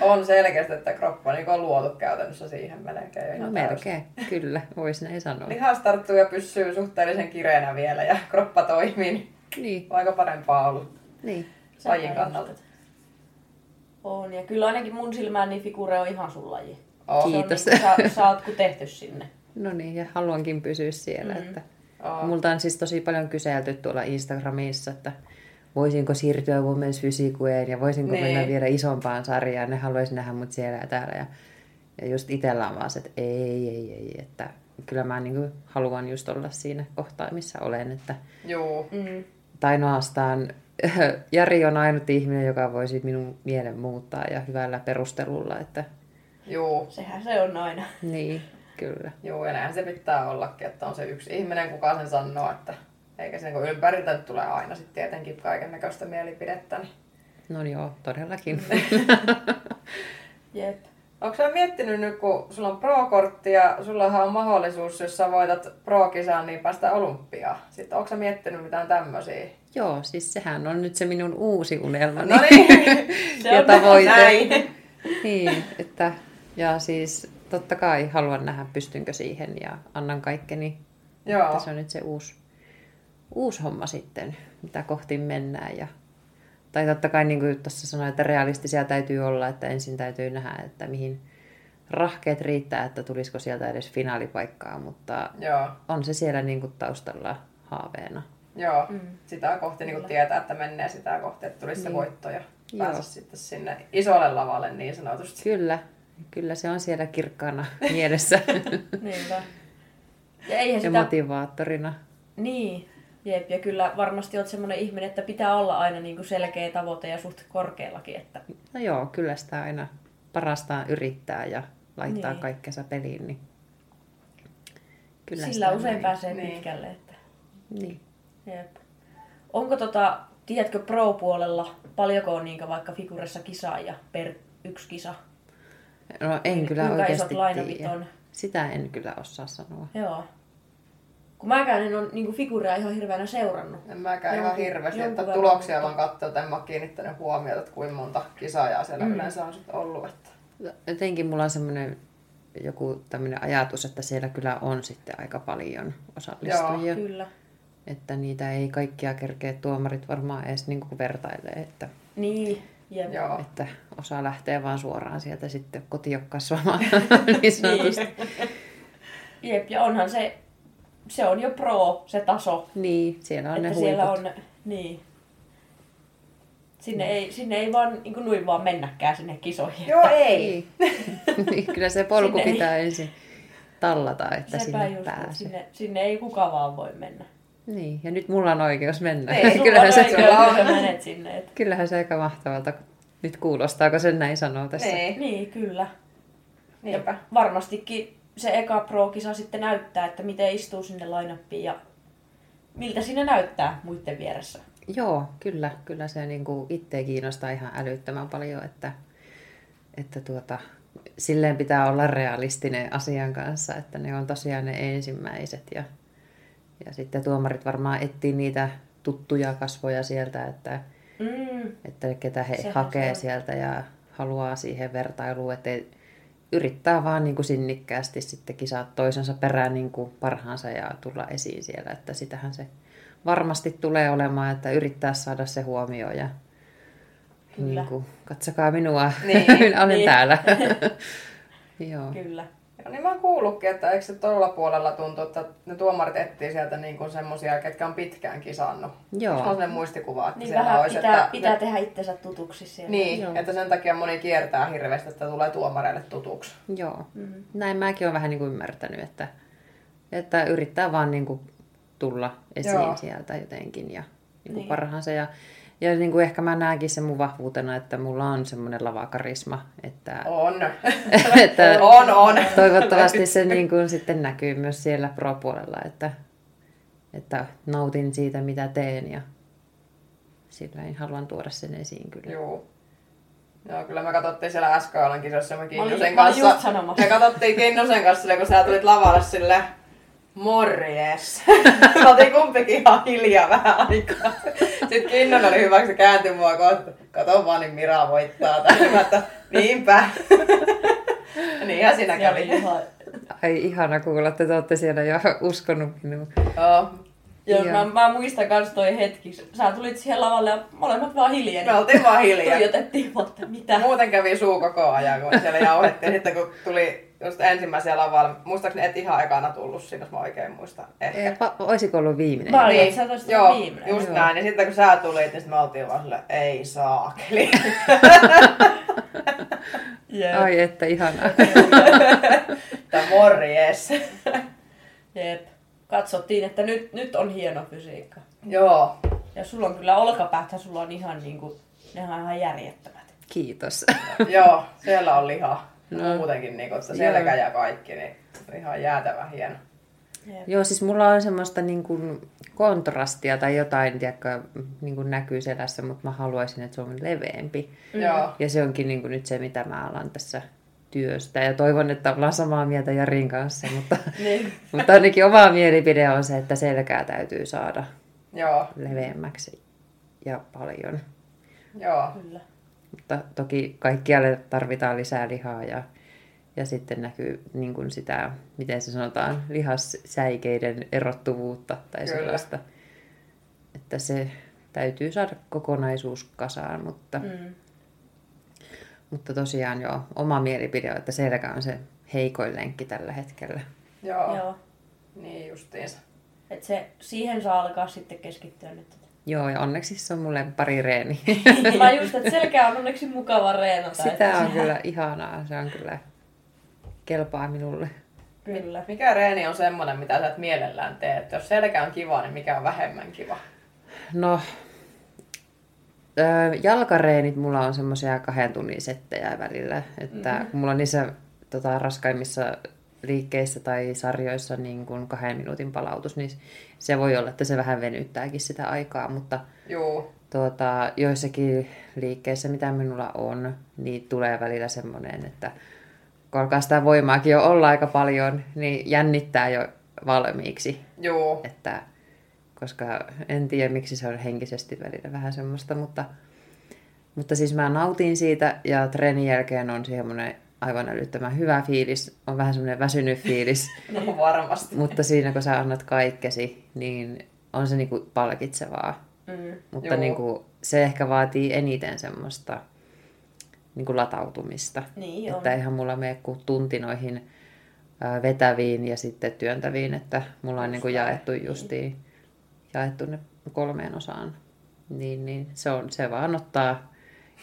B: On selkeästi, että kroppa niin on luotu käytännössä siihen melkein. jo
C: No
B: ihan täysin.
C: melkein, kyllä, voisi näin sanoa.
B: Lihas tarttuu ja pysyy suhteellisen kireenä vielä ja kroppa toimii. Niin
C: Niin,
B: on aika parempaa ollut
C: niin.
A: Sä
B: lajin
A: varmasti
B: kannalta.
A: On, ja kyllä ainakin mun silmään niin figure on ihan sun laji.
B: On.
C: Kiitos.
A: Se on niin kuin, sä, sä oot kun tehty sinne.
C: No niin, ja haluankin pysyä siellä.
A: Mm.
C: Mm. Että.
B: On.
C: Multa on siis tosi paljon kyselty tuolla Instagramissa, että voisinko siirtyä Women's Physicween ja voisinko
B: Niin.
C: niin. mennä vielä isompaan sarjaan. Ne haluaisi nähdä mut siellä ja täällä. Ja, ja just itellä on vaan se, että ei, ei, ei. Että kyllä mä niin haluan just olla siinä kohtaa, missä olen. Että,
B: Juu.
A: Mm.
C: tai ainoastaan Jari on ainut ihminen, joka voisi minun mielen muuttaa ja hyvällä perustelulla. Että,
B: Juu.
A: Sehän se on aina.
C: niin, kyllä.
B: Juu, ja näinhän se pitää ollakin, että on se yksi ihminen, kuka sen sanoo, että eikä se niin ympäriltä nyt tulee aina sitten tietenkin kaiken näköistä mielipidettä. Niin.
C: No joo, todellakin.
A: Jep.
B: Onko sä miettinyt nyt, kun sulla on pro-kortti ja sullahan on mahdollisuus, jos sä voitat pro-kisaan, niin päästä olympiaan. Sitten onko sä miettinyt mitään tämmöisiä?
C: joo, siis sehän on nyt se minun uusi unelmani.
B: No niin,
A: Se
C: ja
A: on
C: tavoite.
B: näin.
C: niin, että, ja siis totta kai haluan nähdä, pystynkö siihen ja annan kaikkeni. Että
B: Joo.
C: se on nyt se uusi, uusi homma sitten, mitä kohti mennään. Ja, tai totta kai niin kuin tuossa sanoin, että realistisia täytyy olla, että ensin täytyy nähdä, että mihin rahkeet riittää, että tulisiko sieltä edes finaalipaikkaa, mutta
B: Joo,
C: on se siellä niin kuin taustalla haaveena.
B: joo.
A: Mm.
B: Sitä kohti niin
A: Kyllä.
B: kun tietää, että menee sitä kohti, että tulisi se
C: Niin.
B: voitto ja
C: Joo.
B: pääsisi sitten sinne isolle lavalle niin sanotusti.
C: Kyllä, kyllä se on siellä kirkkaana mielessä
A: Niinpä. Ja eihän
C: ja
A: sitä...
C: motivaattorina.
A: Niin. Jep, ja kyllä varmasti oot semmoinen ihminen, että pitää olla aina niin kuin selkeä tavoite ja suht korkeallakin. Että...
C: No joo, kyllä sitä aina parastaan yrittää ja laittaa
A: Niin.
C: niin. kaikkensa peliin. Niin kyllä
A: Sillä
C: sitä
A: usein
C: näin.
A: pääsee
B: Niin.
A: pitkälle. Että...
C: Niin.
A: Jep. Onko tota, tiedätkö pro-puolella, paljonko on niinkö vaikka figuressa kisaa ja per yksi kisa?
C: No en kyllä
A: Kuinka
C: oikeasti
A: isot lainapit
C: tiedä.
A: on?
C: Sitä en kyllä osaa sanoa.
A: Joo. Kun mäkään en ole niinku figuuria ihan hirveänä seurannut.
B: En mäkään ihan
A: Jonkun-
B: hirveästi,
A: jonkun
B: että
A: verran,
B: tuloksia
A: mutta-
B: vaan katsoa, että en mä ole kiinnittänyt huomiota, että kuinka monta kisaajaa siellä mm. yleensä on sitten ollut. Että...
C: Jotenkin mulla on semmoinen joku tämmöinen ajatus, että siellä kyllä on sitten aika paljon osallistujia. Joo.
A: Kyllä.
C: Että niitä ei kaikkia kerkeä tuomarit varmaan edes niin vertailee, että,
A: Niin. Jep.
B: Joo,
C: että osa lähtee vaan suoraan sieltä sitten kotiin kasvamaan niin sanotusti.
A: Niin. Jep, ja onhan se, se on jo pro, se taso.
C: Niin, siellä on
A: että
C: ne
A: siellä
C: huiput.
A: on, niin. Sinne ei, sinne ei vaan niin noin vaan mennäkään sinne kisoihin.
B: Joo ei.
C: Niin. niin, kyllä se polku
A: Sinne ei-
C: pitää ensin tallata, että
A: Sepä
C: sinne
A: just,
C: pääsee.
A: Sinne, sinne ei kukaan vaan voi mennä.
C: Niin, ja nyt mulla on oikeus mennä.
B: Niin, sulla
C: kyllähän, se,
B: oikeus. kyllä
A: kyllä
B: on.
A: on. Sä menet sinne. Et.
C: kyllähän se aika mahtavalta nyt kuulostaa, kun sen näin sanoo tässä.
B: Niin,
A: Niin, kyllä.
B: niinpä.
A: Varmastikin se eka pro-kisa sitten näyttää, että miten istuu sinne lainappiin ja miltä siinä näyttää muiden vieressä.
C: Joo, kyllä, kyllä se niin kuin itse kiinnostaa ihan älyttömän paljon, että, että tuota, silleen pitää olla realistinen asian kanssa, että ne on tosiaan ne ensimmäiset ja, ja sitten tuomarit varmaan etsii niitä tuttuja kasvoja sieltä, että,
A: Mm,
C: että ketä he
A: Sehän
C: Sehän
A: se
C: hakee
A: on.
C: sieltä ja haluaa siihen vertailuun, että yrittää vaan niin kuin sinnikkäästi sitten kisaa toisensa perään niin kuin parhaansa ja tulla esiin siellä, että sitähän se varmasti tulee olemaan, että yrittää saada se huomio ja
A: Kyllä.
C: niin kuin, katsokaa minua,
B: Niin,
C: niin,
A: niin.
C: olen niin. täällä. Joo,
A: kyllä.
B: No niin mä oon kuullutkin, että eikö se tuolla puolella tuntuu, että ne tuomarit etsii sieltä niin kuin semmosia, ketkä on pitkään kisannut.
C: Joo.
B: Mulla on sellainen mielikuva, että
A: Niin
B: siellä
A: vähän
B: olisi,
A: pitää,
B: että...
A: pitää
B: ne-
A: tehdä itsensä tutuksi siellä.
B: Niin,
C: Joo.
B: että sen takia moni kiertää hirveästi, että tulee tuomareille tutuksi.
C: joo.
A: Mm.
C: Näin mäkin olen vähän niin kuin ymmärtänyt, että, että yrittää vaan niin kuin tulla esiin
B: Joo.
C: joo. sieltä jotenkin ja niin kuin
A: Niin.
C: niin. parhaansa. Ja, ja niin kuin ehkä mä näenkin sen mun vahvuutena, että mulla on semmoinen lavakarisma, että,
B: On.
C: että
B: on, on.
C: toivottavasti se niin kuin sitten näkyy myös siellä pro-puolella, että, että nautin siitä mitä teen ja sillä niin haluan tuoda sen esiin kyllä.
B: Joo. Joo, kyllä me katsottiin siellä SKLan kisossa me
A: olin-
B: Kinnusen
A: mä olin
B: kanssa.
A: just sanomassa.
B: Me katsottiin Kinnusen kanssa silleen, kun sä tulit lavalle sille Morjes. Me oltiin kumpikin ihan hiljaa vähän aikaa. Sitten Kinnon oli hyvä, kun se kääntyi mua kohta. Kato vaan, niin Mira voittaa. Tai mä, että niinpä. Niinhän siinä
A: Ja oli
B: kävi.
A: ihan...
C: Ai ihana kuulla, että te olette siellä jo uskonut minua.
B: Joo.
A: Joo,
C: Joo.
A: mä, mä, muistan kans toi hetki. Sä tulit siihen lavalle ja molemmat vaan hiljeni.
B: Me oltiin vaan hiljaa.
A: Tuijotettiin, vaan, että mitä.
B: Muuten kävi suu koko ajan, kun siellä jauhettiin. Sitten kun tuli just ensimmäisiä lavalla, muistaakseni et ihan ekana tullut siinä, jos mä oikein muistan. Ehkä. Niin.
C: Eh, va- Olisiko ollut viimeinen?
A: Mä olin, sä tosta
B: Joo,
A: viimeinen.
B: just
C: Joo.
B: näin. Ja sitten kun sä tulit, niin sit me oltiin vaan sille, ei saakeli.
A: Jep.
C: Ai että ihanaa.
B: tai morjes.
A: Jep. Katsottiin, että nyt, nyt on hieno fysiikka.
B: Joo.
A: Ja sulla on kyllä olkapäät, sulla on ihan niinku, nehän on ihan järjettömät.
C: Kiitos.
B: Joo, siellä on liha.
C: No.
B: Muutenkin niin kun, että
C: Joo.
B: selkä ja kaikki, niin ihan jäätävä hieno.
A: Jep.
C: Joo, siis mulla on semmoista niin kuin kontrastia tai jotain, tiedätkö, niin kuin näkyy selässä, mutta mä haluaisin, että se on leveämpi.
B: Joo.
C: Ja se onkin niin kuin nyt se, mitä mä alan tässä työstä. Ja toivon, että ollaan samaa mieltä Jarin kanssa, mutta,
A: Niin.
C: mutta ainakin oma mielipide on se, että selkää täytyy saada
B: Joo,
C: leveämmäksi ja paljon.
B: joo.
A: Kyllä.
C: Mutta toki kaikkialle tarvitaan lisää lihaa ja, ja sitten näkyy niin kuin sitä, miten se sanotaan, lihassäikeiden erottuvuutta tai
B: Kyllä.
C: sellaista. Että se täytyy saada kokonaisuus kasaan, mutta, mm.
A: Mm.
C: mutta tosiaan joo, oma mielipide on, että selkä on se heikoin lenkki tällä hetkellä.
B: Joo.
A: Joo.
B: Niin justiinsa.
A: Et se, siihen saa alkaa sitten keskittyä nyt.
C: Joo, ja onneksi se on mulle pari reeni.
A: tai just, että selkä on onneksi mukava reenata.
C: Sitä
A: että
C: on
A: se-
C: kyllä ihanaa, se on kyllä kelpaa minulle.
A: Kyllä.
B: Mikä reeni on semmonen, mitä sä et mielellään tee? Että jos selkä on kiva, niin mikä on vähemmän kiva?
C: No, öö, jalkareenit mulla on semmoisia kahden tunnin settejä välillä. Että mm-hmm. kun mulla on niissä tota, raskaimmissa liikkeissä tai sarjoissa niin kun kahden minuutin palautus, niin se voi olla, että se vähän venyttääkin sitä aikaa, mutta
B: Juu,
C: tuota, joissakin liikkeissä, mitä minulla on, niin tulee välillä semmoinen, että kun alkaa sitä voimaakin jo olla aika paljon, niin jännittää jo valmiiksi
B: juu.
C: että koska en tiedä miksi se on henkisesti välillä vähän semmoista, mutta, mutta siis mä nautin siitä ja treenin jälkeen on semmoinen aivan älyttömän hyvä fiilis, on vähän semmoinen väsynyt fiilis,
B: No, varmasti.
C: mutta siinä kun sä annat kaikkesi, niin on se niinku palkitsevaa.
A: Mm.
C: Mutta
B: Joo.
C: niinku, se ehkä vaatii eniten semmoista niinku latautumista.
A: Niin on.
C: Että eihän mulla mene kuin tunti noihin ää, vetäviin ja sitten työntäviin, että mulla on niin kuin jaettu justiin, jaettu ne kolmeen osaan. Niin, niin se, on, se vaan ottaa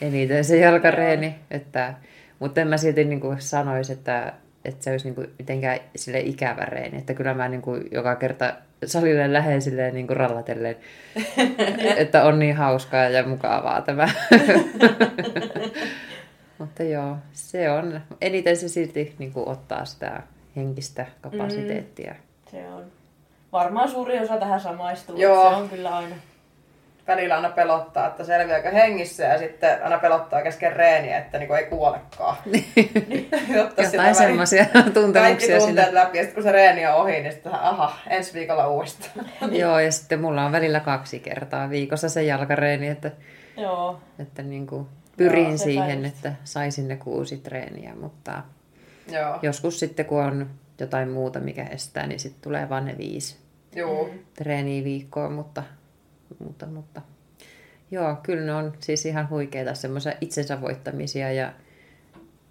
C: eniten se jalkareeni. Että, mutta en mä silti niin kuin sanoisi, että, että se olisi niin kuin mitenkään sille ikävä reeni. Että kyllä mä niin kuin joka kerta salille lähden silleen niin kuin rallatellen, että on niin hauskaa ja mukavaa tämä. Mutta joo, se on. Eniten se silti niin kuin ottaa sitä henkistä kapasiteettia. Mm.
A: Se on. Varmaan suuri osa tähän samaistuu.
B: Joo.
A: Se on kyllä aina.
B: välillä aina pelottaa, että selviääkö hengissä ja sitten aina pelottaa kesken reeniä, että niinku ei kuolekaan. Jotta sitä
C: Jotain
B: väliin
C: semmoisia
B: kaikki
C: tuntemuksia
B: tunteet
C: sillä.
B: läpi ja sitten kun se reeni on ohi, niin sitten aha, ensi viikolla uudestaan.
C: Joo, ja sitten mulla on välillä kaksi kertaa viikossa se jalkareeni, että,
A: Joo.
C: että niin kuin pyrin
A: Joo,
C: joo,
A: sepä
C: siihen,
A: just.
C: että saisin ne kuusi treeniä, mutta
B: Joo,
C: joskus sitten kun on jotain muuta, mikä estää, niin sitten tulee vaan ne viisi
B: juu,
C: Mm. treeniä viikkoon, mutta, mutta, mutta joo, kyllä ne on siis ihan huikeita semmoisia itsensä voittamisia ja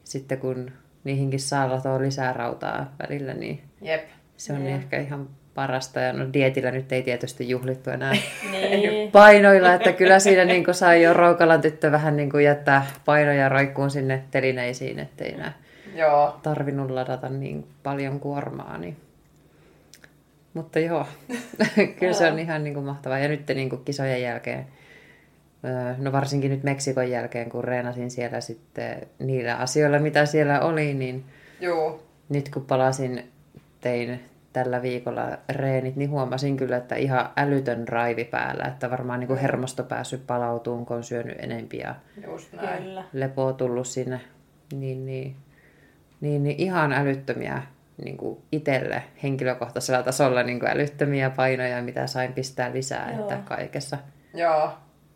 C: sitten kun niihinkin saa latoa lisää rautaa välillä, niin
B: jep.
C: se on
A: Joo.
C: ehkä ihan parasta. Ja no dietillä nyt ei tietysti juhlittu enää
A: Niin.
C: painoilla, että kyllä siinä niin sai jo Roukalan tyttö vähän niin jättää painoja roikkuun sinne telineisiin, ettei enää
B: Joo,
C: tarvinnut ladata niin paljon kuormaa. Niin. Mutta joo, kyllä se on ihan niin kuin mahtavaa. Ja nyt niin kuin kisojen jälkeen, öö, no varsinkin nyt Meksikon jälkeen, kun reenasin siellä sitten niillä asioilla, mitä siellä oli, niin
B: juu,
C: nyt kun palasin, tein tällä viikolla reenit, niin huomasin kyllä, että ihan älytön raivi päällä, että varmaan niin kuin hermosto päässyt palautuun, kun on syönyt enempiä
B: Just näin.
A: Kyllä.
C: lepoa tullut sinne, niin, niin, niin, niin ihan älyttömiä niin kuin itselle henkilökohtaisella tasolla niin kuin älyttömiä painoja, mitä sain pistää lisää
A: Joo.
C: että kaikessa.
B: Joo.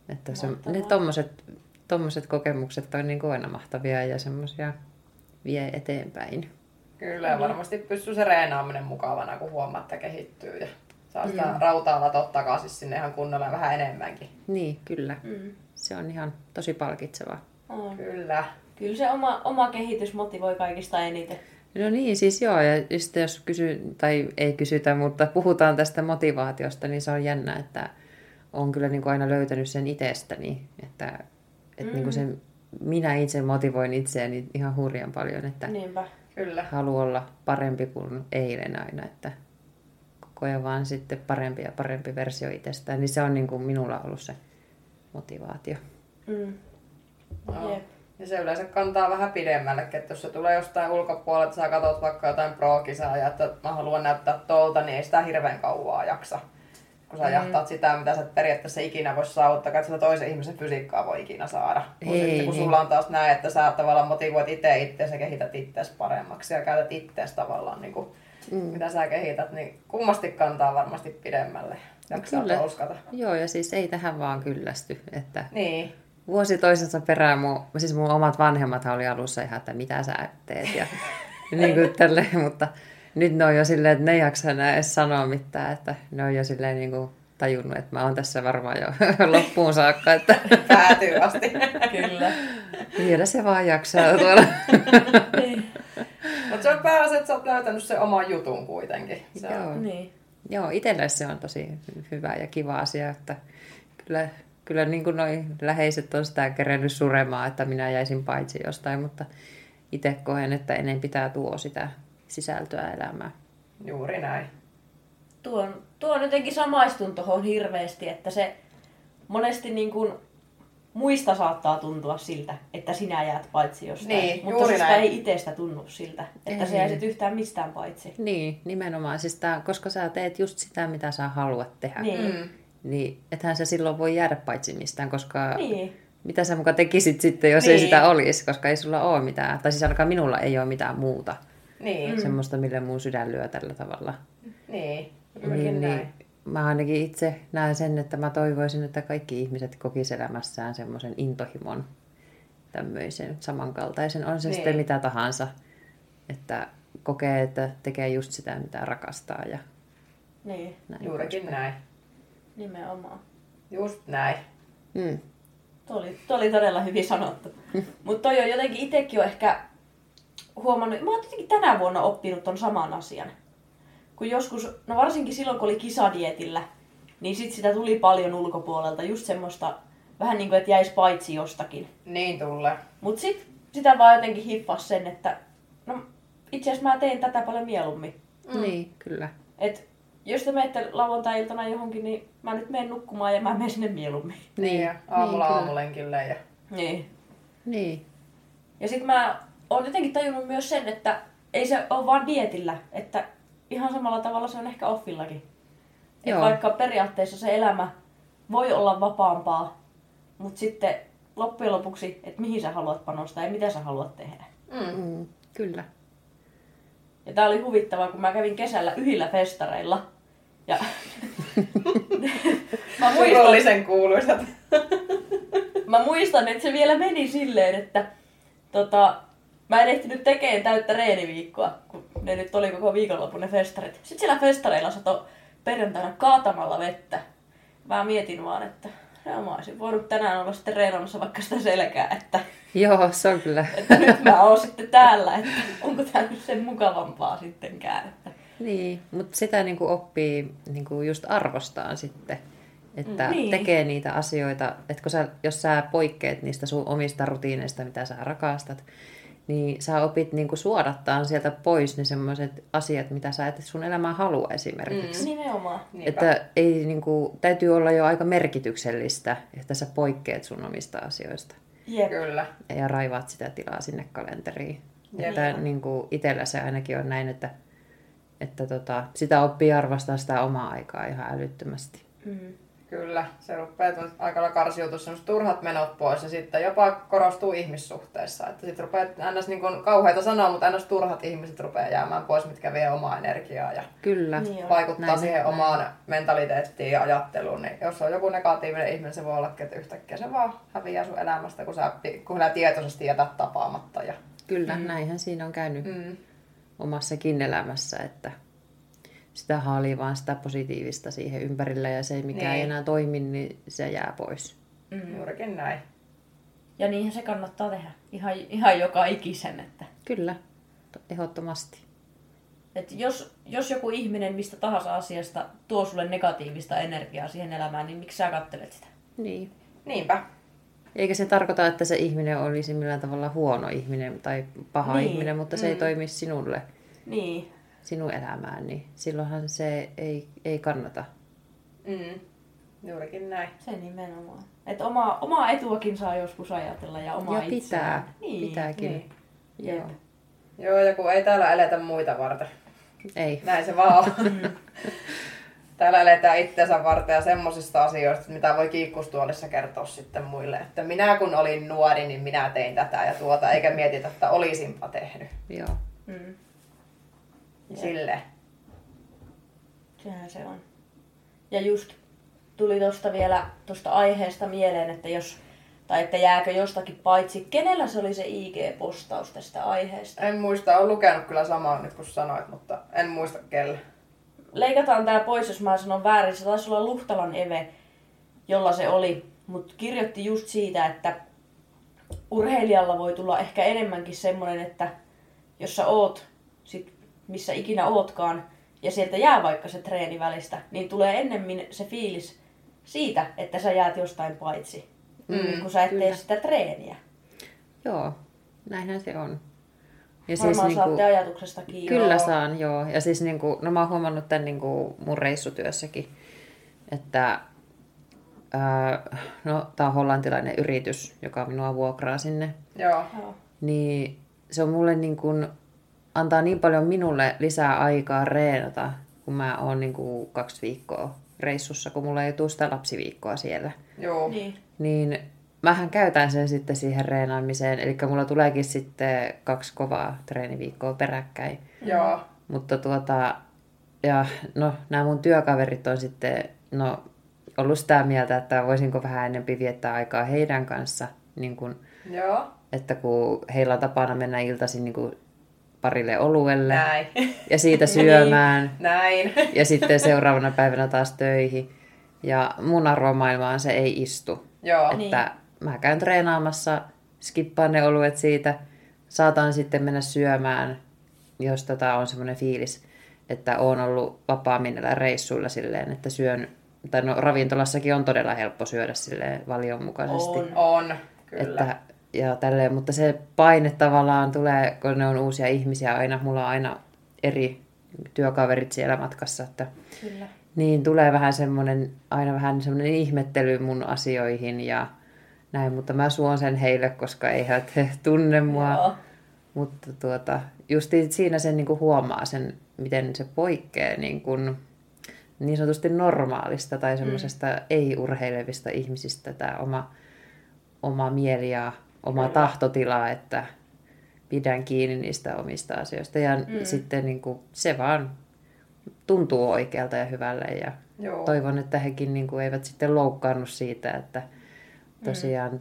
C: Että se, ne
A: Mahtavaa.
C: tommoset, tommoset kokemukset on niin kuin aina mahtavia ja semmoisia vie eteenpäin.
B: Kyllä, ja varmasti pystyy se reenaaminen mukavana, kun huomaa, että kehittyy ja saa sitä rautaa latoa takaisin sinne ihan kunnolla ja vähän enemmänkin.
C: Niin, kyllä.
A: Mm.
C: Se on ihan tosi palkitsevaa.
A: On.
B: Kyllä.
A: Kyllä se oma, oma kehitys motivoi kaikista eniten.
C: No niin, siis joo, ja sitten jos kysy, tai ei kysytä, mutta puhutaan tästä motivaatiosta, niin se on jännä, että on kyllä niin kuin aina löytänyt sen itsestäni, että, että mm. niin kuin sen, minä itse motivoin itseäni ihan hurjan paljon, että
A: Niinpä.
B: Kyllä.
C: haluan olla parempi kuin eilen aina, että koko ajan vaan sitten parempi ja parempi versio itsestään, niin se on niin kuin minulla ollut se motivaatio.
A: Mm.
B: Joo.
A: Jep.
B: Ja se yleensä kantaa vähän pidemmällekin, että jos se tulee jostain ulkopuolelta, sä katsot vaikka jotain pro-kisaa ja että mä haluan näyttää tolta, niin ei sitä hirveän kauaa jaksa. Kun sä mm. jahtaat sitä, mitä sä et periaatteessa ikinä voi saavuttaa, että sitä toisen ihmisen fysiikkaa voi ikinä saada. Kun,
C: Ei,
B: sitten, kun
C: niin.
B: sulla on taas näin, että sä tavallaan motivoit itse itseäsi ja kehität itseäsi paremmaksi ja käytät itseäsi tavallaan, niin kuin, mm. mitä sä kehität, niin kummasti kantaa varmasti pidemmälle. Jaksaa
C: Kyllä.
B: uskata.
C: Joo, ja siis ei tähän vaan kyllästy, että
B: Niin,
C: vuosi toisensa perään mun, siis mun omat vanhemmat oli alussa ihan, että mitä sä teet ja niin kuin tälle, mutta nyt ne on jo silleen, että ne ei jaksa enää edes sanoa mitään, että ne on jo silleen niin kuin tajunnut, että mä oon tässä varmaan jo loppuun saakka, että
B: päätyy asti.
A: Kyllä.
C: vielä se vaan jaksaa tuolla.
A: niin.
B: Mutta se on pääasia, että sä oot löytänyt sen oman jutun kuitenkin. Se on
C: Joo.
A: niin.
C: Joo, itselle se on tosi hyvä ja kiva asia, että kyllä, kyllä niin kuin noi läheiset on sitä kerennyt suremaan, että minä jäisin paitsi jostain, mutta itse koen, että ennen pitää tuo sitä sisältöä elämään.
B: Juuri näin.
A: Tuo on, tuo on jotenkin samaistun tuohon hirveästi, että se monesti niin kuin muista saattaa tuntua siltä, että sinä jäät paitsi jostain.
B: Niin,
A: mutta
B: juuri
A: sitä
B: näin. Niin.
A: ei itsestä tunnu siltä, että
C: Ei.
A: ei. sä jäisit yhtään mistään paitsi.
C: Niin, nimenomaan. Siis tää, koska sä teet just sitä, mitä sä haluat tehdä, niin,
A: Niin. Mm.
C: niin ethän sä silloin voi jäädä paitsi mistään, koska niin.
A: Niin.
C: mitä sä muka tekisit sitten, jos niin. ei
B: Niin.
C: sitä olisi, koska ei sulla ole mitään, tai siis ainakaan minulla ei ole mitään muuta,
B: Niin,
C: mm. semmoista, mille mun sydän lyö tällä tavalla.
B: niin.
C: Niin,
B: Juurikin
C: niin,
B: näin.
C: mä ainakin itse näen sen, että mä toivoisin, että kaikki ihmiset kokis elämässään semmoisen intohimon tämmöisen samankaltaisen, on se niin.
B: Niin.
C: sitten mitä tahansa, että kokee, että tekee just sitä, mitä rakastaa ja
A: Niin.
C: näin.
B: Juurikin näin.
A: Nimenomaan.
B: Just näin.
C: Mm.
A: Tuo oli, tuo oli todella hyvin sanottu. Mutta toi on jotenkin itsekin on ehkä huomannut, mä oon jotenkin tänä vuonna oppinut ton saman asian. Kun joskus, no varsinkin silloin kun oli kisadietillä, niin sit sitä tuli paljon ulkopuolelta, just semmoista vähän niin kuin, että jäisi paitsi jostakin.
B: Niin tulee.
A: Mut sit sitä vaan jotenkin hiffas sen, että no itse asiassa mä teen tätä paljon mieluummin.
C: Mm. Niin, kyllä.
A: Et jos te menette lauantai-iltana johonkin, niin mä nyt menen nukkumaan ja mä menen sinne mieluummin.
B: Niin, ja aamulla
C: niin,
B: niin,
C: kyllä.
B: aamulenkille ja
A: Niin.
C: Niin,
A: Ja sitten mä oon jotenkin tajunnut myös sen, että ei se ole vaan dietillä, että ihan samalla tavalla se on ehkä offillakin. Et
C: Joo.
A: vaikka periaatteessa se elämä voi olla vapaampaa, mutta sitten loppujen lopuksi, että mihin sä haluat panostaa ja mitä sä haluat tehdä.
C: mm, kyllä.
A: Ja tää oli huvittavaa, kun mä kävin kesällä yhillä festareilla. Ja mä
C: Siis-
A: muistan,
B: surullisen kuuluisat.
A: mä muistan, että se vielä meni silleen, että tota, mä en ehtinyt tekemään täyttä reeniviikkoa, kun ne nyt oli koko viikonlopun ne festarit. Sitten siellä festareilla sato perjantaina kaatamalla vettä. Mä mietin vaan, että no, mä olisin voinut tänään olla sitten reenaamassa vaikka sitä selkää, että,
C: Joo, se on kyllä.
A: että nyt mä oon sitten täällä, että onko tää nyt sen mukavampaa sittenkään. Että,
C: Niin, mutta sitä niin kuin oppii niin kuin just arvostaan sitten, että niin.
A: Niin.
C: tekee niitä asioita, että kun sä, jos sä poikkeet niistä sun omista rutiineista, mitä sä rakastat, niin sä opit niin kuin suodattaa sieltä pois ne semmoiset asiat, mitä sä et sun elämään halua esimerkiksi.
A: nimenomaan.
B: Niinpä.
C: Että ei, niin kuin, täytyy olla jo aika merkityksellistä, että sä poikkeet sun omista asioista
A: Jep.
B: Kyllä.
C: ja raivaat sitä tilaa sinne kalenteriin.
B: Jep.
C: niinku Että niin kuin itsellä se ainakin on näin, että Että tota, sitä oppii arvostaa sitä omaa aikaa ihan älyttömästi.
A: Mm.
B: Kyllä, se rupeaa tuon aikalla karsiutua semmoiset turhat menot pois ja sitten jopa korostuu ihmissuhteissa. Että sitten rupeaa, ns. Niin kuin kauheita sanoa, mutta ns. turhat ihmiset rupeaa jäämään pois, mitkä vie omaa energiaa ja
C: Kyllä.
A: Niin joo.
B: vaikuttaa
C: Näin,
B: Näin, siihen omaan mentaliteettiin ja ajatteluun. Niin jos on joku negatiivinen ihminen, se voi olla, että yhtäkkiä se vaan häviää sun elämästä, kun sä, kun sä tietoisesti jätät tapaamatta. Ja,
C: Kyllä, mm. näinhän siinä on käynyt mm.
B: mm,
C: omassakin elämässä, että sitä haali vaan sitä positiivista siihen ympärillä ja se, mikä niin. ei
B: Niin.
C: enää toimi, niin se jää pois.
B: mm. Juurikin näin.
A: Ja niinhän se kannattaa tehdä. Ihan, ihan joka ikisen. Että,
C: Kyllä, to- ehdottomasti.
A: että jos, jos joku ihminen mistä tahansa asiasta tuo sulle negatiivista energiaa siihen elämään, niin miksi sä kattelet sitä?
C: Niin.
B: Niinpä.
C: Eikä se tarkoita, että se ihminen olisi millään tavalla huono ihminen tai paha niin.
A: Niin.
C: ihminen, mutta se ei toimi sinulle,
A: Niin.
C: sinun elämään, niin silloinhan se ei, ei kannata.
B: Mm. Juurikin näin.
A: Se nimenomaan. Että omaa, omaa etuakin saa joskus ajatella ja omaa
C: ja pitää,
A: itseään. Niin,
C: pitääkin.
A: Niin.
C: Joo.
A: Jep.
B: Joo, ja kun ei täällä eletä muita varten.
C: Ei,
B: Näin se vaan on. Täällä eletään itseensä varten ja semmoisista asioista, mitä voi kiikkustuolissa kertoa sitten muille. Että minä kun olin nuori, niin minä tein tätä ja tuota, eikä mietitä, että olisinpa tehnyt.
C: joo.
A: Mm.
B: Sille.
A: Sehän se on. Ja just tuli tuosta vielä tuosta aiheesta mieleen, että jos tai että jääkö jostakin paitsi, kenellä se oli se IG-postaus tästä aiheesta.
B: En muista, olen lukenut kyllä samaa nyt kun sanoit, mutta en muista kelle.
A: Leikataan tämä pois, jos mä sanon väärin. Se taisi olla Luhtalan Eve, jolla se oli. Mutta kirjoitti just siitä, että urheilijalla voi tulla ehkä enemmänkin semmoinen, että jos sä oot, sit missä ikinä ootkaan, ja sieltä jää vaikka se treeni välistä, niin tulee ennemmin se fiilis siitä, että sä jäät jostain paitsi, mm, kun sä et tee
C: kyllä.
A: sitä treeniä.
C: Joo, näinhän se on. Ja
A: Varmaan siis saatte niinku... ajatuksesta kiinni.
C: Kyllä
B: Joo.
C: saan, joo. Ja siis niin kuin, no mä oon huomannut tämän niin kuin mun reissutyössäkin, että ää, no tää on hollantilainen yritys, joka minua vuokraa sinne,
B: Joo.
A: Joo.
C: niin se on mulle niin kuin, antaa niin paljon minulle lisää aikaa reenata, kun mä oon niin kuin kaksi viikkoa reissussa, kun mulla ei tule sitä lapsiviikkoa siellä
B: Joo.
A: Niin.
C: niin mähän käytän sen sitten siihen reenaamiseen. Eli mulla tuleekin sitten kaksi kovaa treeniviikkoa peräkkäin.
B: Joo.
C: Mutta tuota, ja no nämä mun työkaverit on sitten, no ollut sitä mieltä, että voisinko vähän enempi viettää aikaa heidän kanssa, niin kun,
B: Joo.
C: että kun heillä on tapana mennä iltaisin niin kun parille oluelle
B: Näin.
C: ja siitä syömään
B: Näin.
C: ja sitten seuraavana päivänä taas töihin. Ja mun arvomaailmaan se ei istu.
B: Joo.
C: Että mä käyn treenaamassa, skippaan ne oluet siitä, saatan sitten mennä syömään, jos tota on semmoinen fiilis, että on ollut vapaammin näillä reissuilla silleen, että syön, tai no ravintolassakin on todella helppo syödä silleen valionmukaisesti.
A: On.
B: On. Kyllä.
C: Että, ja tälleen, mutta se paine tavallaan tulee, kun ne on uusia ihmisiä aina, mulla on aina eri työkaverit siellä matkassa, että
A: Kyllä.
C: niin, tulee vähän semmoinen, aina vähän semmoinen ihmettely mun asioihin ja näin, mutta mä suon sen heille, koska eihän he tunne mua. Joo.
A: Joo.
C: Mutta tuota, just siinä sen niinku huomaa sen, miten se poikkeaa niinku niin sanotusti normaalista tai semmoisesta mm. ei-urheilevista ihmisistä tämä oma, oma mieli ja oma Kyllä. tahtotila, että pidän kiinni niistä omista asioista. Ja mm. sitten niinku se vaan tuntuu oikealta ja hyvälle ja
B: Joo.
C: toivon, että hekin niin kuin eivät sitten loukkaannut siitä, että tosiaan mm.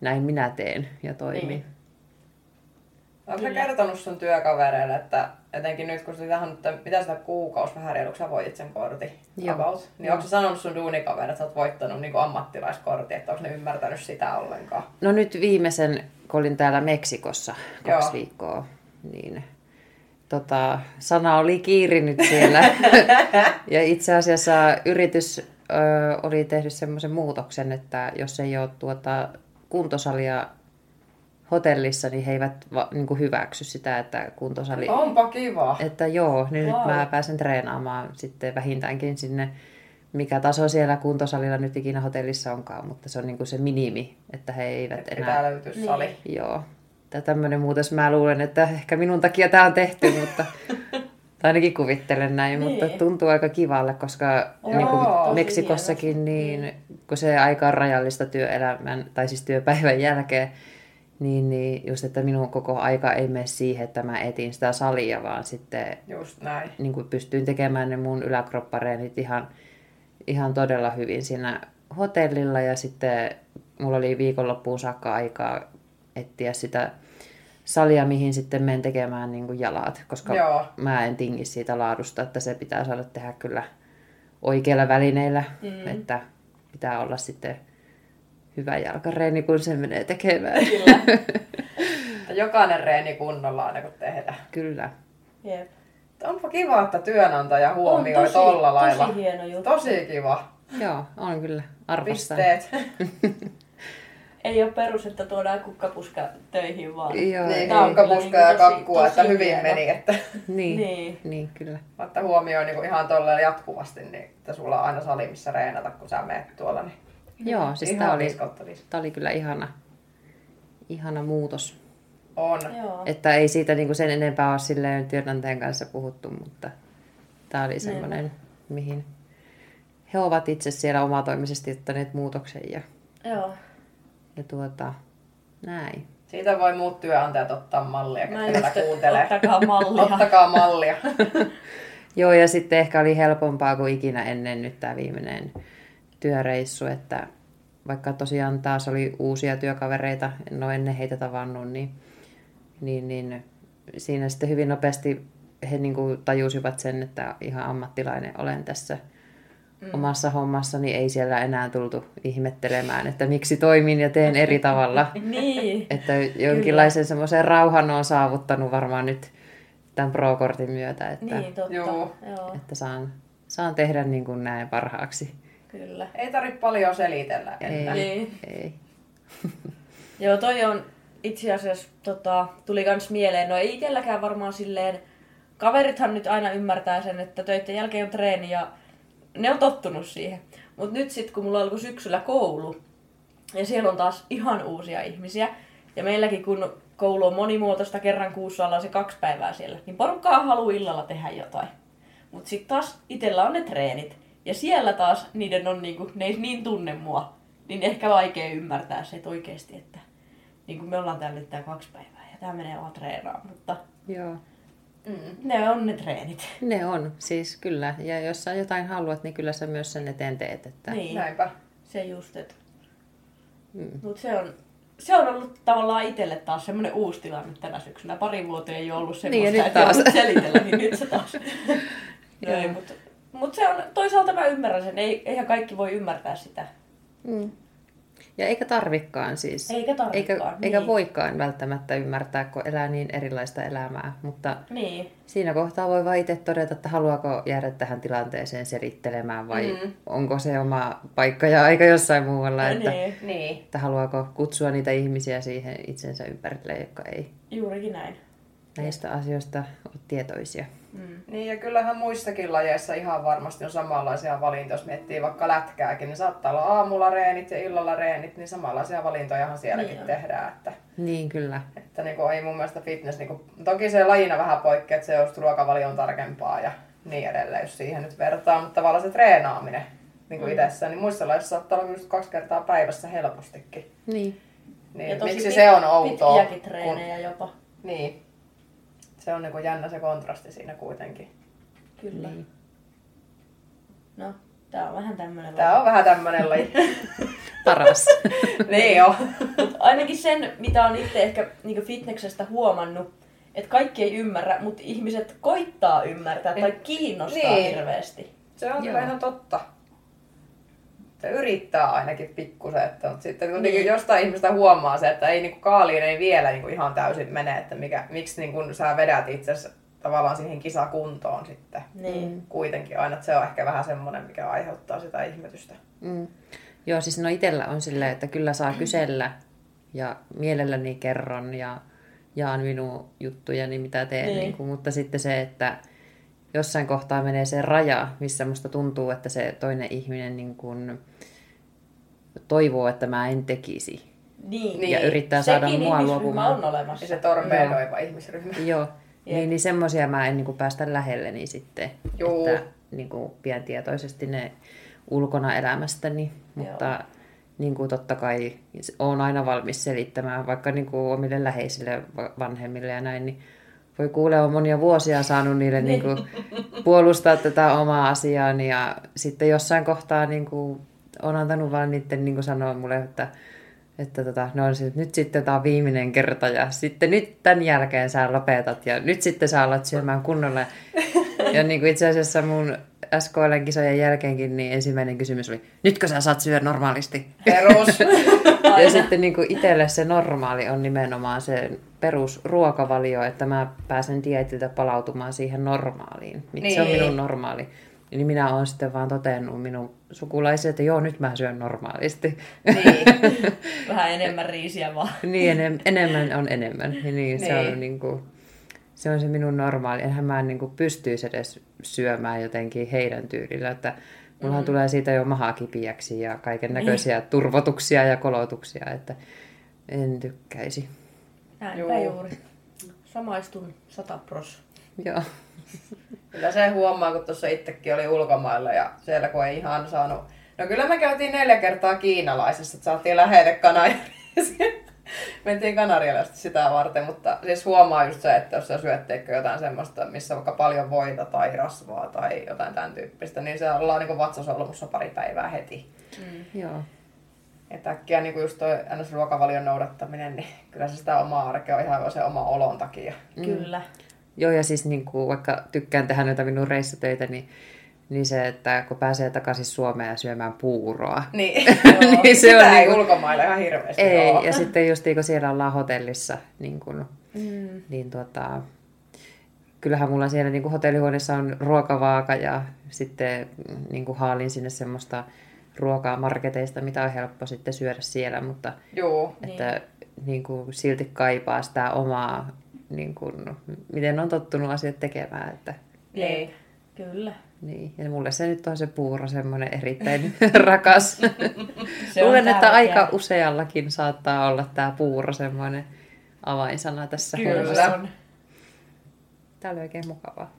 C: näin minä teen ja toimin. Niin.
A: Niin.
B: Oletko kertonut sun työkavereille, että etenkin nyt kun sitä on, että mitä sitä kuukausi vähän reiluksi sä voit sen kortin
C: Joo.
B: about, niin onko sä sanonut sun duunikavereille, että sä oot voittanut niin ammattilaiskortin, että onko ne ymmärtänyt sitä ollenkaan?
C: No nyt viimeisen, kun olin täällä Meksikossa kaksi Joo.
B: Joo.
C: viikkoa, niin tota, sana oli kiirinyt siellä. ja itse asiassa yritys ö, oli tehnyt semmoisen muutoksen, että jos ei ole tuota kuntosalia hotellissa, niin he eivät va, niin kuin hyväksy sitä, että kuntosali
B: Onpa kiva!
C: Että joo, niin wow.
A: Vau.
C: nyt mä pääsen treenaamaan sitten vähintäänkin sinne, mikä taso siellä kuntosalilla nyt ikinä hotellissa onkaan, mutta se on niin kuin se minimi, että he eivät
B: Että
C: enää...
B: pitää löytyä sali.
A: Niin.
C: Joo. Tämä tämmöinen muutos, mä luulen, että ehkä minun takia tämä on tehty, mutta Tai ainakin kuvittelen näin, niin. mutta
A: Niin.
C: tuntuu aika kivalle, koska
A: Joo,
C: niin kuin
A: tosi
C: Meksikossakin, niin kun se aika on rajallista työelämän, tai siis työpäivän jälkeen, niin, niin just, että minun koko aika ei mene siihen, että mä etin sitä salia, vaan sitten
B: Just näin.
C: niin kuin pystyin tekemään ne mun yläkroppareenit ihan, ihan todella hyvin siinä hotellilla ja sitten mulla oli viikonloppuun saakka aikaa etsiä sitä salia, mihin sitten menen tekemään niin kuin jalat, koska
B: Joo.
C: mä en tingi siitä laadusta, että se pitää saada tehdä kyllä oikeilla välineillä, mm. että pitää olla sitten hyvä jalkareeni, kun se menee tekemään.
A: Kyllä.
B: Että Jokainen reeni kunnolla aina kun tehdään.
C: kyllä.
A: Jep.
B: Onpa kiva, että työnantaja huomioi
A: tosi-
B: tolla
A: tosi
B: lailla.
A: hieno juttu.
B: Tosi kiva.
C: Joo, on kyllä arvostaa.
B: Pisteet.
A: Ei ole perus, että tuodaan kukkapuska töihin vaan.
C: Joo,
B: niin,
A: Tää on kyllä
B: kukkapuska ja
A: niinku tosi-
B: kakkua, että
A: tosi
B: hyvin
A: hieno.
B: meni. Että,
C: niin, niin.
A: Niin.
C: niin kyllä.
B: että huomioi niinku ihan tolleen jatkuvasti, niin että sulla on aina sali, missä reenata, kun sä menet tuolla. Niin
C: Joo, siis
B: ihan
C: tämä oli,
B: 5 kautta viisi.
C: tää oli kyllä ihana, ihana muutos.
B: On.
A: Joo.
C: Että ei siitä niinku sen enempää ole silleen työnantajan kanssa puhuttu, mutta tämä oli semmoinen, mihin he ovat itse siellä omatoimisesti ottaneet muutoksen ja,
A: Joo.
C: ja tuota, näin.
B: Siitä voi muut työnantajat ottaa mallia,
A: Mä
B: ketkä
A: just,
B: tätä kuuntelee.
A: ottakaa mallia.
B: Ottakaa mallia.
C: Joo, ja sitten ehkä oli helpompaa kuin ikinä ennen nyt tämä viimeinen työreissu, että vaikka tosiaan taas oli uusia työkavereita, no en ole ennen heitä tavannut, niin, niin, niin siinä sitten hyvin nopeasti he niin kuin tajusivat sen, että ihan ammattilainen olen tässä mm. omassa hommassa, niin ei siellä enää tultu ihmettelemään, että miksi toimin ja teen eri tavalla.
A: niin.
C: Että jonkinlaisen semmoisen rauhan on saavuttanut varmaan nyt tämän pro-kortin myötä. Että
A: Niin, totta.
B: Joo.
A: Joo,
C: että saan, saan tehdä niin kuin näin parhaaksi.
A: kyllä.
B: Ei tarvitse paljon selitellä enää.
A: Niin.
C: Ei.
D: Joo, toi on itse asiassa, tota, tuli kans mieleen, no ei itselläkään varmaan silleen, kaverithan nyt aina ymmärtää sen, että töiden jälkeen on treeni ja ne on tottunut siihen. Mut nyt sit kun mulla alkoi syksyllä koulu, ja siellä on taas ihan uusia ihmisiä, ja meilläkin kun koulu on monimuotoista, kerran kuussa ollaan se kaksi päivää siellä, niin porukkaa haluaa illalla tehdä jotain. Mut sit taas itellä on ne treenit, ja siellä taas niiden on niinku, ne ei niin tunne mua, niin ehkä vaikea ymmärtää se, että oikeesti, että niin kuin me ollaan täällä nyt tää kaksi päivää ja tää menee vaan treenaan, mutta
C: Joo.
B: Mm.
D: ne on ne treenit.
C: Ne on, siis kyllä. Ja jos sä jotain haluat, niin kyllä sä myös sen eteen teet. Että...
D: Niin,
B: Näinpä.
D: se just, että...
C: Mm.
D: Mut
A: Mutta se on, se on ollut tavallaan itselle taas semmoinen uusi tilanne tänä syksynä. Pari vuotta ei ole ollut semmoista,
C: Niin, ja nyt
A: että
C: taas.
A: joudut selitellä, niin nyt se taas. no
C: Joo.
A: ei, mutta mut se on, toisaalta mä ymmärrän sen, ei, eihän kaikki voi ymmärtää sitä.
C: Mm. Ja eikä tarvikkaan siis.
A: Eikä
C: eikä,
A: tarvikaan.
C: eikä
A: niin.
C: voikaan välttämättä ymmärtää, kun elää niin erilaista elämää. Mutta
A: Niin,
C: siinä kohtaa voi vaan itse todeta, että haluaako jäädä tähän tilanteeseen selittelemään vai mm. onko se oma paikka ja aika jossain muualla. Että,
A: niin,
B: Niin.
C: että haluaako kutsua niitä ihmisiä siihen itsensä ympärille, jotka ei
A: juurikin näin.
C: näistä asioista ole tietoisia.
A: Mm.
B: Niin ja kyllähän muissakin lajeissa ihan varmasti on samanlaisia valintoja, jos miettii vaikka lätkääkin, niin saattaa olla aamulla reenit ja illalla reenit, niin samanlaisia valintojahan sielläkin
A: Niin on.
B: niin tehdään. Että,
C: Niin kyllä.
B: että niin kuin ei mun mielestä fitness, niin kuin, toki se lajina vähän poikkeaa, että se just ruokavalio on tarkempaa ja niin edelleen, jos siihen nyt vertaa, mutta tavallaan se treenaaminen niin kuin mm. itsessään, niin muissa lajeissa saattaa olla just kaksi kertaa päivässä helpostikin.
C: Niin.
B: Niin,
A: tosi
B: miksi
A: pit-
B: se on outoa?
A: Pitkiäkin treenejä jopa,
B: niin. Se on niin kuin jännä se kontrasti siinä kuitenkin.
A: kyllä.
C: Niin.
A: No, tää on vähän tämmöinen.
B: Tää on vähän tämmönen laji.
C: Paras.
B: niin joo.
A: Mut ainakin sen, mitä on itse ehkä niinku fitneksestä huomannut, että kaikki ei ymmärrä, mutta ihmiset koittaa ymmärtää tai kiinnostaa
B: Niin.
A: niin. hirveästi.
B: Se on kyllä
C: Joo.
B: ihan totta. Se yrittää ainakin pikkusen, että, mutta sitten kuitenkin niin. jostain ihmistä huomaa se, että ei niinku kaaliin ei vielä niinku ihan täysin mene, että mikä, miksi niinku sä vedät itsesi tavallaan siihen kisakuntoon sitten Mm.
A: Niin.
B: kuitenkin aina. Että se on ehkä vähän semmoinen, mikä aiheuttaa sitä ihmetystä.
C: Mm. Joo, siis no itellä on silleen, että kyllä saa kysellä ja mielelläni kerron ja jaan minun juttujani, mitä teen. Niin.
A: Niin.
C: Niin kuin, mutta sitten se, että jossain kohtaa menee se raja, missä musta tuntuu, että se toinen ihminen niin kuin toivoo, että mä en tekisi.
A: Niin.
C: Niin. Ja yrittää saada
A: Sekin
C: mua
A: ihmisryhmä
C: luopumaan.
A: on olemassa.
B: Ja se torpedoiva ihmisryhmä.
C: Joo,
A: Jep.
C: Niin, niin semmoisia mä en niin kuin päästä lähelle niin sitten.
B: Juu.
C: Että niin kuin pidän tietoisesti ne ulkona elämästäni, mutta Joo. niin kuin totta kai on aina valmis selittämään vaikka niin kuin omille läheisille va- vanhemmille ja näin, niin voi kuule, on monia vuosia saanut niille niin kuin, puolustaa tätä omaa asiaani ja sitten jossain kohtaa niin kuin, on antanut vaan niiden niin kuin sanoa mulle, että, että tota, no, siis nyt sitten tämä on viimeinen kerta ja sitten nyt tämän jälkeen sä lopetat ja nyt sitten sä alat syömään kunnolla. Ja niin kuin itse asiassa mun SKL-kisojen jälkeenkin niin ensimmäinen kysymys oli, nytkö sä saat syödä normaalisti?
B: Perus.
C: Ja sitten niin kuin itselle se normaali on nimenomaan se perusruokavalio, että mä pääsen dietiltä palautumaan siihen normaaliin. Niin. Se on
B: Niin.
C: minun normaali. Niin minä olen sitten vaan totennut minun sukulaisille, että joo, nyt mä syön normaalisti.
A: Niin. Vähän enemmän riisiä vaan.
C: niin, enem- enemmän on enemmän. Ja niin, niin. Se, on
A: Niin.
C: niin kuin, se on se minun normaali. Enhän mä niin kuin pystyisi edes syömään jotenkin heidän tyylillä. Että mullahan mm. tulee siitä jo maha kipiäksi ja kaiken näköisiä niin. turvotuksia ja kolotuksia, että en tykkäisi.
A: Näinpä
B: Juu.
A: juuri.
D: Samaistun sata pros.
C: Joo.
B: Kyllä se huomaa, kun tuossa itsekin oli ulkomailla ja siellä kun ei ihan saanut... No kyllä me käytiin neljä kertaa kiinalaisessa, että saatiin lähelle kanarialaisia. Mentiin kanarialaisesti sitä varten, mutta siis huomaa just se, että jos sä syötteekö jotain semmoista, missä on vaikka paljon voita tai rasvaa tai jotain tämän tyyppistä, niin se ollaan niinku vatsasolmussa pari päivää heti.
C: Joo.
B: Että äkkiä niinku just toi NS-ruokavalion noudattaminen, niin kyllä se sitä omaa arkea on ihan vaan sen oman olon takia.
A: Kyllä.
C: Joo, ja siis niin kuin, vaikka tykkään tehdä noita minun reissutöitä, niin, niin se, että kun pääsee takaisin Suomeen ja syömään puuroa.
B: Niin,
C: Niin se on
B: sitä ei
C: niinku-
B: ulkomailla ihan hirveästi
C: Ei,
B: oo.
C: ja sitten just niin kun siellä ollaan hotellissa, niin, kuin, mm. niin tuota, kyllähän mulla siellä niin kuin hotellihuoneessa on ruokavaaka ja sitten mm, niin kuin haalin sinne semmoista ruokaa marketeista, mitä on helppo sitten syödä siellä, mutta
B: Juu,
C: että niin kuin silti kaipaa sitä omaa, niin kuin, miten on tottunut asiat tekemään. Että,
B: niin.
A: Kyllä.
C: niin. Ja mulle se nyt on se puuro semmoinen erittäin rakas.
A: Se on
C: Luulen, että
A: tärkeää.
C: aika useallakin saattaa olla tämä puuro semmoinen avainsana tässä
B: Kyllä.
C: hommassa.
A: on.
C: Tämä oli oikein mukavaa.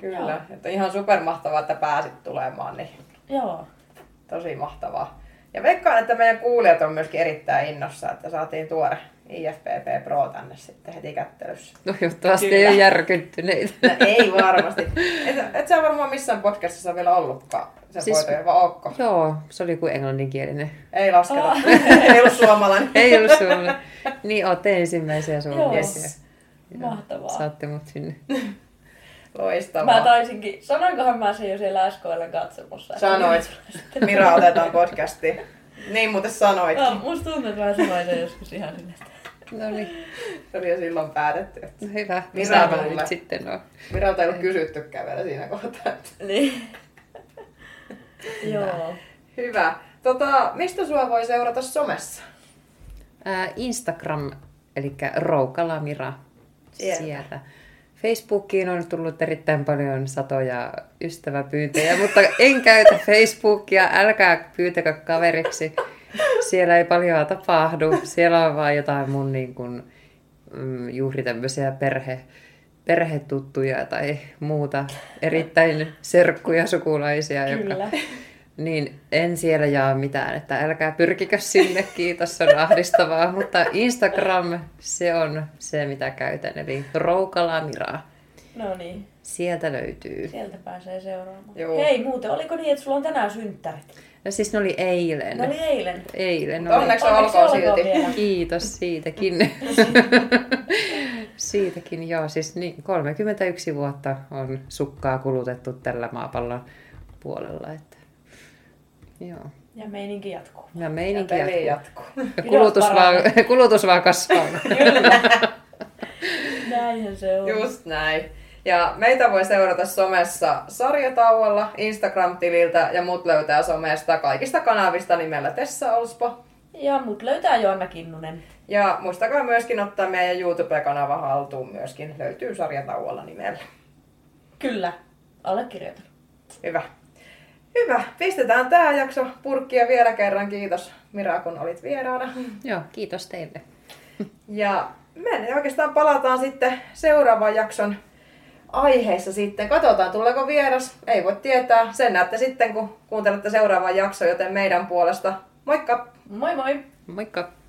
B: Kyllä, että ihan supermahtavaa, että pääsit tulemaan, niin
A: Joo.
B: tosi mahtavaa. Ja veikkaan, että meidän kuulijat on myöskin erittäin innossa, että saatiin tuoda IFPP Pro tänne sitten heti kättelyssä.
C: Toivottavasti
A: Kyllä.
C: ei ole järkyttyneitä.
B: No ei varmasti. Et, et sä varmaan missään podcastissa vielä ollutkaan sen
C: Siis-
B: siis... voitoja, vai ootko?
C: Joo, se oli kuin englanninkielinen.
B: Ei lasketa. ei ollut suomalainen.
C: Ei ollut suomalainen. Niin, olette ensimmäisiä suomalaisia.
A: Yes. Mahtavaa.
C: Saatte mut sinne.
B: Loistavaa.
A: Mä taisinkin, sanoinkohan mä sen jo siellä SKL katsomossa.
B: Sanoit. Mira otetaan podcastiin. Niin muuten sanoit.
A: No, musta tuntuu, että mä sanoin sen joskus ihan sinne.
C: No niin,
B: Se oli jo silloin päätetty. että
C: no hyvä.
B: Mira
C: Missä mä
B: tulee.
C: nyt sitten on?
B: Miralta ei ollut kysyttykään vielä siinä kohtaa.
A: Niin. Joo.
B: Hyvä. Tota, mistä sua voi seurata somessa?
C: Ää, Äh, Instagram, eli Roukalamira
B: Sieltä.
C: sieltä. sieltä. Facebookiin on tullut erittäin paljon satoja ystäväpyyntejä, mutta en käytä Facebookia, älkää pyytäkö kaveriksi. Siellä ei paljon tapahdu, siellä on vaan jotain mun niin kuin, mm, juuri tämmöisiä perhe, perhetuttuja tai muuta erittäin serkkuja sukulaisia, jotka
A: Kyllä.
C: niin en siellä jaa mitään, että älkää pyrkikö sinne, kiitos, se on ahdistavaa. Mutta Instagram, se on se, mitä käytän, eli Roukala-Mira.
A: No niin,
C: Sieltä löytyy.
A: sieltä pääsee seuraamaan.
B: Joo.
A: Hei muuten, oliko niin, että sulla on tänään synttärit?
C: No siis ne oli eilen.
A: Ne oli eilen.
C: Eilen
B: Mutta
C: oli.
B: onneksi olkoon silti.
A: vielä.
C: Kiitos siitäkin. siitäkin, joo. Siis niin, 31 vuotta on sukkaa kulutettu tällä maapallon puolella. Että, joo.
A: Ja meininki jatkuu.
C: Ja
B: Ja
C: meininki
B: peli
C: jatkuu.
B: jatkuu.
C: Ja kulutus vaan,
A: paranee.
C: kulutus vaan kasvaa.
A: Näinhän se on.
B: Just näin. Ja meitä voi seurata somessa sarjatauolla, Instagram-tililtä ja mut löytää somesta kaikista kanavista nimellä Tessa Olspa.
A: Ja mut löytää Joanna Kinnunen.
B: Ja muistakaa myöskin ottaa meidän YouTube-kanava haltuun myöskin. Löytyy sarjatauolla nimellä.
A: Kyllä, allekirjoitan.
B: Hyvä. Hyvä. Pistetään tää jakso purkkia vielä kerran. Kiitos Mira, kun olit vieraana.
C: Joo, kiitos teille.
B: Ja me oikeastaan palataan sitten seuraavan jakson aiheessa sitten. Katsotaan, tuleeko vieras. Ei voi tietää. Sen näette sitten, kun kuuntelette seuraavan jakson, joten meidän puolesta. Moikka!
A: Moi moi!
C: Moikka!